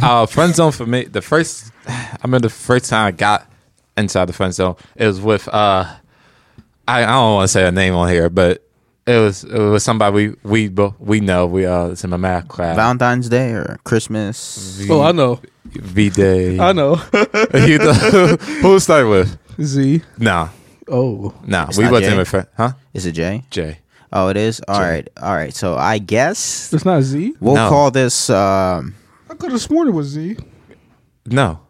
A: uh, friend zone for me. The first, I remember the first time I got inside the friend zone. It was with uh, I, I don't want to say a name on here, but it was it was somebody we we bo- we know. We uh, it's in my math class.
B: Valentine's Day or Christmas.
C: Oh, I know.
A: V Day.
C: I know.
A: you know, who started with?
C: Z.
A: Nah,
C: Oh.
A: nah.
B: It's
A: we
B: not
A: wasn't
B: Jay.
A: with friend, huh?
B: Is it Jay?
A: Jay.
B: Oh, it is. All right. All right. So I guess
C: It's not Z.
B: we'll
A: No.
B: call this. Um,
C: I could have sworn it was Z.
A: No,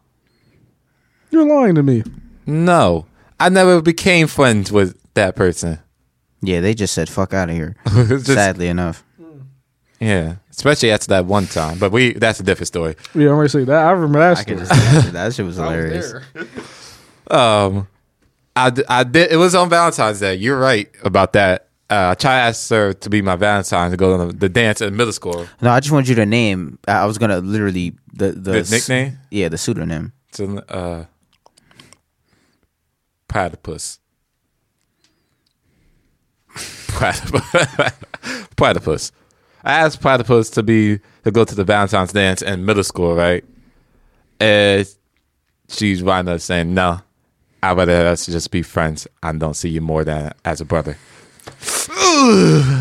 C: You're lying to me.
A: no. I never became friends with that person.
B: yeah, they just said fuck out of here.
A: Just-
B: Sadly enough.
A: Yeah, especially after that one time. But we—that's a different story.
C: Yeah, I'm gonna say that. I remember that
B: I could
C: story.
B: just that shit was
C: I was
B: hilarious.
C: there.
A: Um, I, d- I did. It was on Valentine's Day. You're right about that. Uh, I tried to ask her to be my Valentine to go to the dance in middle school.
B: No, I just wanted you to name. I I was gonna literally the the,
A: The
B: s-
A: nickname?
B: Yeah, the pseudonym.
A: To, uh, platypus. platypus. platypus. I asked platypus to be to go to the Valentine's dance in middle school, right? And she's wound up saying, "No, I'd rather us just be friends. I don't see you more than as a brother."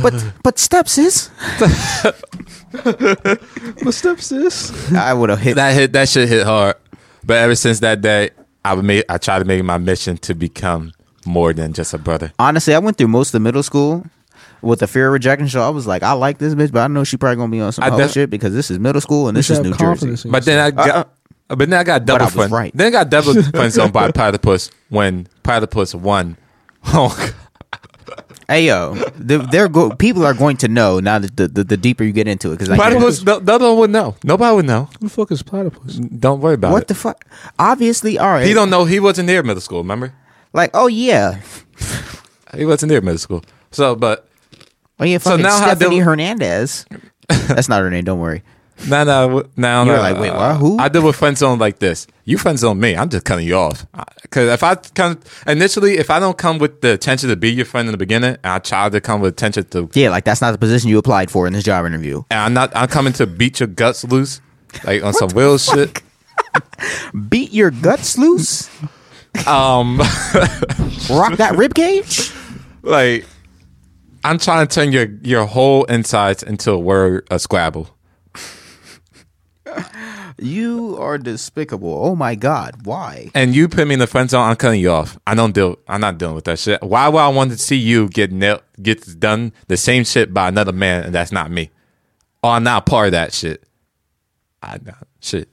B: But but steps is.
C: My stepsis.
B: I would have hit.
A: that hit that shit hit hard. But ever since that day, I've made I try to make it my mission to become more than just a brother.
B: Honestly, I went through most of middle school with the fear of rejection. So I was like, I like this bitch, but I know she probably gonna be on some
A: I
B: other
A: def-
B: shit because this is middle school and
C: You
B: this
C: should
B: is
C: have
B: New
C: confidence
B: Jersey.
C: in
A: But then I got Uh-uh. but then I got
B: I
A: double
B: was
A: friends.
B: right.
A: Then I got double friends on by Platypus when Platypus won. Oh, God.
B: Hey yo, they're, they're go- people are going to know now that the, the, the deeper you get into it because
A: Platypus no, no one would know. Nobody would know.
C: Who the fuck is platypus?
A: Don't worry about
B: What
A: it.
B: the fuck? Obviously, all right.
A: he don't know he wasn't near middle school, remember?
B: like, oh yeah,
A: He wasn't near middle school. So but
B: oh yeah. Fucking
A: now how
B: Stephanie
A: do-
B: Hernandez. That's not her name. Don't worry.
A: No, no, no.
B: You were
A: no,
B: like, wait,
A: uh,
B: what? Who?
A: I deal with friend zone like this. You friend zone me. I'm just cutting you off. Because if I come initially, if I don't come with the intention to be your friend in the beginning, and I try to come with attention to, and
B: Yeah, like that's not the position you applied for in this job interview.
A: I'm not, I'm coming to beat your guts loose, like on some real shit.
B: Beat your guts loose.
A: Um,
B: Rock that rib cage.
A: like I'm trying to turn your your whole insides into a word a Scrabble.
B: You are despicable. Oh my god, why?
A: and you put me in the friend zone, I'm cutting you off. I don't deal. I'm not dealing with that shit. Why would I want to see you get nailed, get done the same shit by another man, and that's not me? Or I'm not part of that shit. I not shit.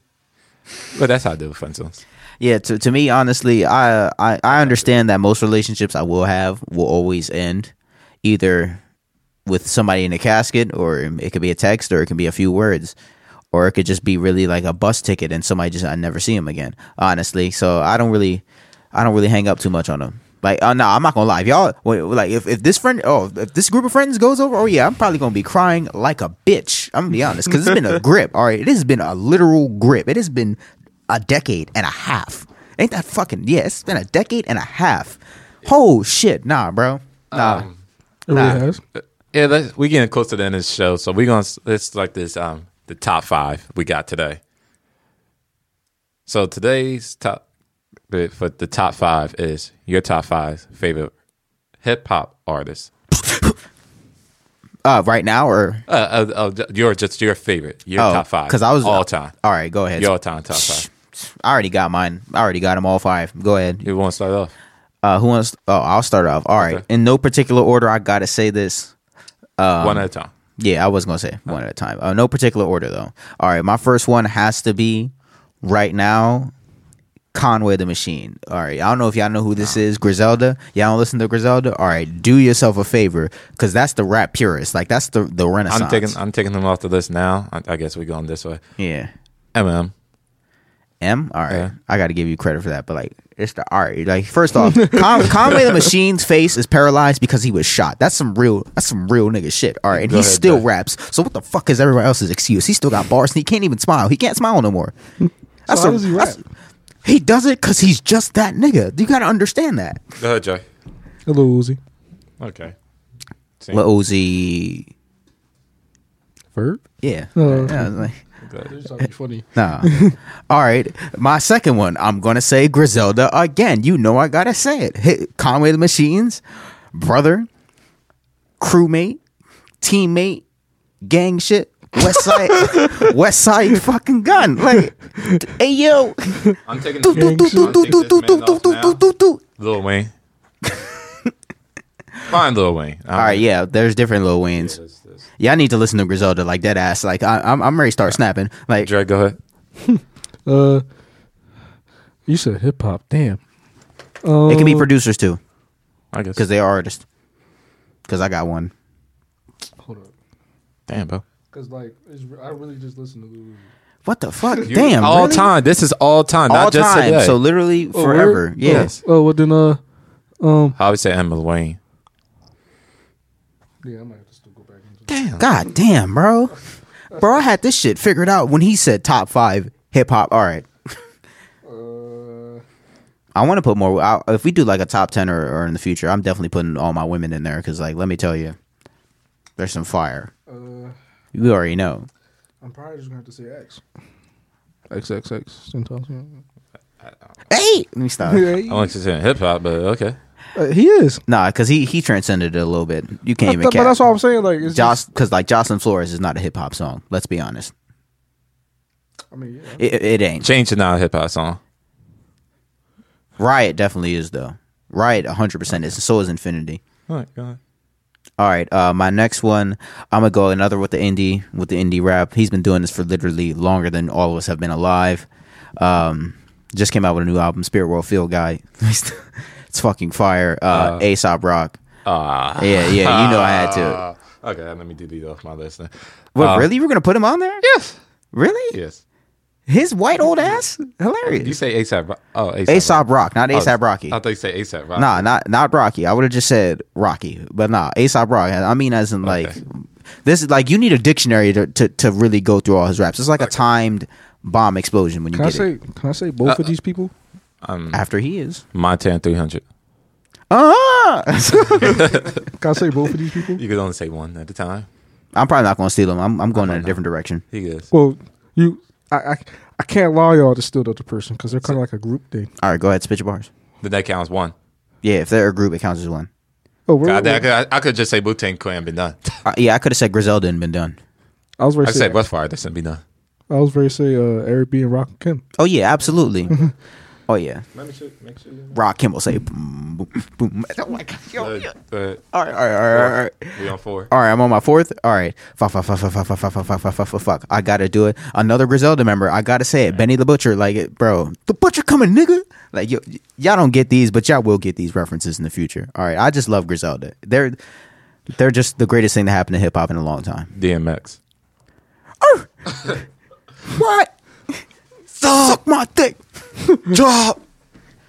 A: But that's how I deal with friend zones.
B: Yeah, to, to me, honestly, I, I I understand that most relationships I will have will always end either with somebody in a casket, or it could be a text, or it can be a few words, or it could just be really like a bus ticket, and somebody just I never see him again. Honestly, so I don't really, I don't really hang up too much on them. Like, uh, no, I'm not gonna lie. If y'all, wait, like, if, if this friend, oh, if this group of friends goes over, oh yeah, I'm probably gonna be crying like a bitch. I'm gonna be honest, because it's been a grip. All right, it has been a literal grip. It has been a decade and a half. Ain't that fucking yeah? It's been a decade and a half. Oh shit, nah, bro, nah.
C: It
B: Nah.
C: really has.
A: Yeah, let's, we're getting close to the end of the show, so we're gonna s- let's like this um the top five we got today. So today's top the- for the top five is your top five favorite hip hop artists.
B: Uh, right now or
A: Uh, uh, uh, j- your just your favorite, your top five,
B: Because Oh, I was
A: all time,
B: All right, go ahead.
A: your all time top five.
B: I already got mine. I already got them all five. Go ahead.
A: You want to start off?
B: Uh, who wants? Oh, I'll start off. All right.
A: Okay.
B: In no particular order, I gotta say this. Um,
A: One at a time.
B: Yeah, I was gonna say one at a time. Uh, no particular order though. All right, my first one has to be right now. Conway the Machine. All right, I don't know if y'all know who this is. Griselda. Y'all don't listen to Griselda. All right, do yourself a favor because that's the rap purist. Like that's the the Renaissance.
A: I'm taking I'm taking them off the list now. I, I guess we're going this way.
B: yeah.
A: MM.
B: M. All right,
A: Yeah.
B: I got to give you credit for that, but like it's the art. Like first off, Con- Conway the Machine's face is paralyzed because he was shot. That's some real. That's some real nigga shit. All right, and
A: Go
B: he
A: ahead,
B: still
A: Dre.
B: raps. So what the fuck is everyone else's excuse? He still got bars and he can't even smile. He can't smile no more. That's
C: how does he rap?
B: that's- He does it because he's just that nigga. You gotta understand that.
A: Go ahead, Jay.
C: Hello, Uzi.
A: Okay. Same.
B: Lil Uzi.
C: Vert?
B: Yeah.
C: Oh,
B: Yeah, like-
A: Go ahead.
C: funny.
B: Nah. All right. My second one, I'm going to say Griselda again. You know I got to say it. Hit Conway the Machines, brother, crewmate, teammate, gang shit, West Side, West Side fucking gun. Like, hey, yo.
A: I'm taking
B: Do, do, do, do, do, do, do, do, do, do, do, do.
A: Lil Wayne. Fine, Lil Wayne.
B: All right, yeah, there's different Lil Wayne's. Y'all need to listen to Griselda like that ass. Like I, I'm, I'm ready to start snapping. Like
A: Dre, go ahead.
C: Uh, you said hip hop. Damn. Uh,
B: it can be producers too,
A: I guess.
B: because they are artists. Because I got one.
C: Hold up.
A: Damn, bro.
C: Cause like it's, I really just listen to Lil
B: What the fuck? Damn,
A: all
B: really?
A: time. This is all time.
B: all
A: not just
B: time.
A: today.
B: So literally forever. Yeah.
A: Yes.
C: Oh well, then uh, um,
A: I would say Emma Wayne.
C: yeah, I might have to still go back into.
A: Damn.
B: God damn, bro. Bro, I had this shit figured out when he said top five hip hop. All right.
C: Uh,
B: I want to put more. I, if we do like a top ten or, or in the future, I'm definitely putting all my women in there because, like, let me tell you, there's some fire.
C: uh,
B: You already know.
C: I'm probably just gonna have to say X. XXX Tentacion.
B: Hey, let me stop.
A: I want to say hip hop, but okay.
C: Uh, he is.
B: nah, because he he transcended it a little bit. You can't even.
C: But
B: cap.
C: that's what I'm saying. Like, it's
B: Josh,
C: just,
B: because like Jocelyn Flores is not a hip hop song. Let's be honest,
C: I mean, yeah.
B: it, it it ain't.
A: Change to not a hip hop song.
B: Riot definitely is though. Riot 100% is. So is Infinity.
A: All right, go ahead.
B: All right, uh, my next one, I'm gonna go another with the indie with the indie rap. He's been doing this for literally longer than all of us have been alive. Um, just came out with a new album, Spirit World Field Guy. it's fucking fire. Uh, Aesop Rock.
A: Ah.
B: Yeah, yeah, you know I had to.
A: Uh, Okay, let me delete off my list. Then.
B: What
A: Uh,
B: really? You were gonna put him on there?
A: Yes.
B: Really?
A: Yes.
B: His white old ass?
A: You
B: Hilarious.
A: say ASAP. Ro- Oh, ASAP.
B: Aesop Rock, not
A: Oh,
B: Aesop Rocky.
A: I thought you said ASAP. Rocky.
B: Nah, not not Rocky. I would have just said Rocky, but nah, Aesop Rock. I mean, as in like
A: Okay.
B: this is like you need a dictionary to, to, to really go through all his raps. It's like a timed bomb explosion when you
C: Can I
B: get
C: say?
B: it
C: Can I say both of these people?
B: after he is.
A: Montana 300.
B: Ah!
C: Can I say both of these people?
A: You could only say one at a time.
B: I'm probably not gonna steal him. I'm I'm going in a different direction.
A: He is.
C: Well, you, I, I, I can't allow y'all to steal the other person because they're kind of like a group thing.
B: All right, go ahead, spit your bars.
A: Then that counts one.
B: Yeah, if they're a group, it counts as one.
C: Oh, we're,
A: God, I,
C: we're-
A: could, I, I could just say Wu Tang Clan been done.
B: Uh, yeah, I could have said Griselda and been done.
C: I was ready
A: I
C: to
A: could say
C: say.
A: Westfire. This should be done.
C: I was ready to say uh, Eric B and Rock and Kim.
B: Oh yeah, absolutely. oh yeah,
A: Let me make sure.
B: Rock Kim will say boom boom boom. Oh my god. Yo, yo.
A: But
B: All right, all right, all right, all right.
A: we on four.
B: All right, I'm on my fourth. All right, fuck, fuck, fuck, fuck, fuck, fuck, fuck, fuck, fuck, fuck, fuck, fuck, fuck. I gotta do it. Another Griselda member. I gotta say it. Benny the Butcher. Like, it, bro, the Butcher coming, nigga. Like, yo, y- y'all don't get these, but y'all will get these references in the future. All right, I just love Griselda. They're they're just the greatest thing that happened to hip hop in a long time.
A: DMX.
B: What? Suck my dick.
A: Drop.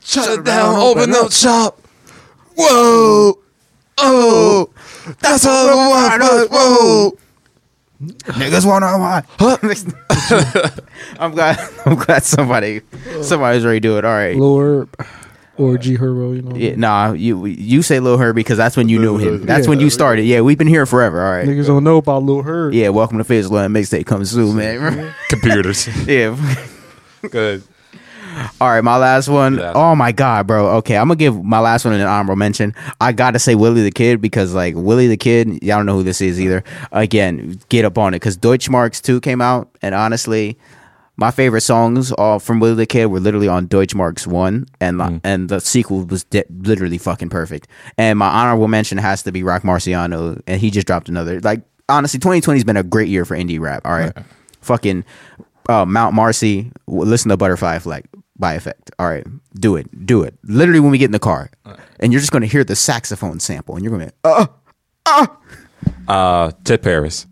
A: Shut it down. Open up shop.
B: Whoa. Oh,
A: That's all I want. Whoa.
B: niggas want to want. I'm glad. I'm glad somebody somebody's already doing it. All right.
C: Lord, or G Herbo, you know.
B: Yeah, nah, you you say Lil Herb because that's when you knew him. That's
C: Yeah.
B: when you started. Yeah, we've been here forever. All right.
C: Niggas don't know about Lil Herb.
B: Yeah, welcome to Phase Love Mixtape coming soon, man.
A: Computers.
B: yeah.
A: Good.
B: All right, my last one.
A: Last
B: Oh my god, bro. Okay, I'm gonna give my last one an honorable mention. I gotta say Willie the Kid because like Willie the Kid, y'all don't know who this is either. Again, get up on it because Deutschmarks 2 came out, and honestly, my favorite songs all from Willie the Kid were literally on Deutschmarks 1, and li- and the sequel was di- literally fucking perfect. And my honorable mention has to be Rock Marciano, and he just dropped another. Like honestly, 2020 has been a great year for indie rap. All right, fucking uh, Mount Marcy. w- Listen to Butterfly Effect by Effect. All right, do it, do it. Literally, when we get in the car, and you're just gonna hear the saxophone sample, and you're gonna. Uh,
A: Uh, Tip Harris.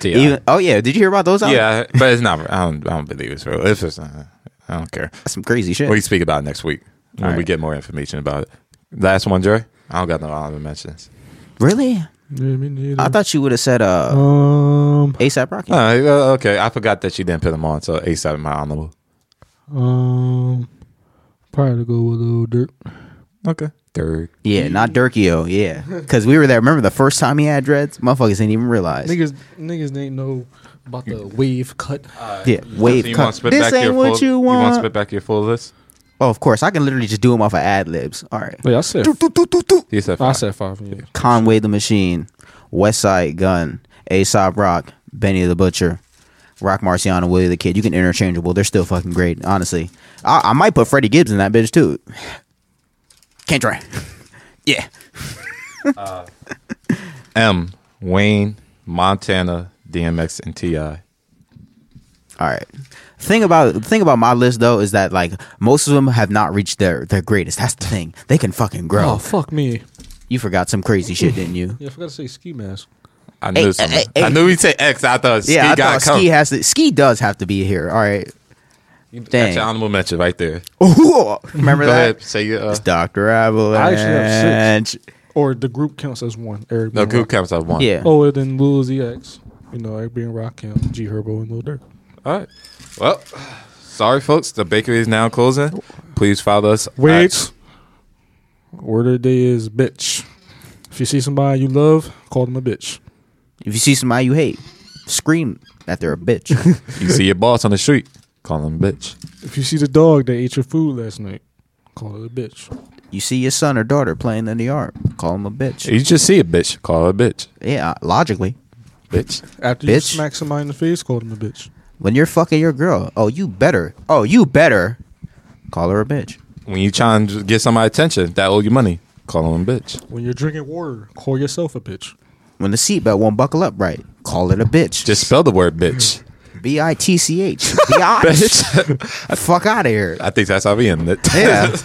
A: T.I.
B: even, oh yeah, did you hear about those? albums?
A: yeah, but it's not. I don't. I don't believe it's real. It's just. Uh, I don't care.
B: that's some crazy shit.
A: We can speak about it next week when we
B: right.
A: get more information about it. Last one, Dre. I don't got no honorable mentions.
B: Really?
C: Yeah, me neither.
B: I thought you would have said uh
C: um,
B: ASAP Rocky.
A: Uh, uh, okay, I forgot that you didn't put them on, so ASAP is my honorable.
C: um, probably to go with Lil Dirt.
A: Okay. Third.
B: yeah, not Durkio. Yeah, because we were there. Remember the first time he had dreads? Motherfuckers didn't even realize.
C: Niggas, niggas didn't know about the wave cut.
B: yeah, wave.
A: So uh, you
B: cut.
A: want to spit
B: this
A: back
B: ain't
A: your
B: what
A: full,
B: you
A: You want
B: want.
A: to spit back your full list?
B: oh, of course, I can literally just do them off of ad libs. All right.
C: Wait, I said,
A: You said
C: I
A: five.
C: said five. Yeah.
B: Conway the Machine, West Side Gun, Aesop Rock, Benny the Butcher, Rock Marciano, Willie the Kid. You can interchangeable. They're still fucking great, honestly. I, I might put Freddie Gibbs in that bitch too. Can't try. yeah.
A: M. Wayne, Montana, DMX, and Ti.
B: All right. Thing about thing about my list though is that like most of them have not reached their their greatest. That's the thing. They can fucking grow.
C: Oh fuck me!
B: You forgot some crazy shit, didn't you?
C: Yeah, I forgot to say ski mask.
A: I knew
B: Hey,
A: something.
B: hey, hey.
A: I knew he'd say X. I thought Ski
B: Yeah, I
A: got
B: thought
A: come.
B: Ski has to. Ski does have to be here. All right.
A: That's
B: Dang.
A: your honorable mention right there.
B: Remember
A: Go
B: that?
A: ahead. Say your. Uh,
B: It's Dr. Avalanche.
C: actually have Or the group counts as one. Eric
A: no,
C: B.
A: group
C: Rock.
A: counts as one.
B: Yeah.
C: Oh, and then Lil ZX. You know, Eric being Rock count, G Herbo and Lil Durk.
A: All right. Well, sorry, folks. The bakery is now closing. Please follow us. at-
C: Wait. Word of the day is bitch. If you see somebody you love, call them a bitch.
B: If you see somebody you hate, scream that they're a bitch.
A: you see your boss on the street, call him a bitch.
C: If you see the dog that ate your food last night, call it a bitch.
B: you see your son or daughter playing in the yard, call them a bitch.
A: You just see a bitch, call her a bitch.
B: Yeah, uh, logically.
A: Bitch.
C: After you
B: Bitch.
C: smack somebody in the face, call them a bitch.
B: When you're fucking your girl, oh, you better. Oh, you better call her a bitch.
A: When you trying to get somebody attention that owe you money, call them a bitch.
C: When you're drinking water, call yourself a bitch.
B: When the seatbelt won't buckle up right, call it a bitch.
A: Just spell the word bitch.
B: B I T C H. B I.
A: bitch.
B: Fuck out of here.
A: I think that's how we end it.
B: Yeah.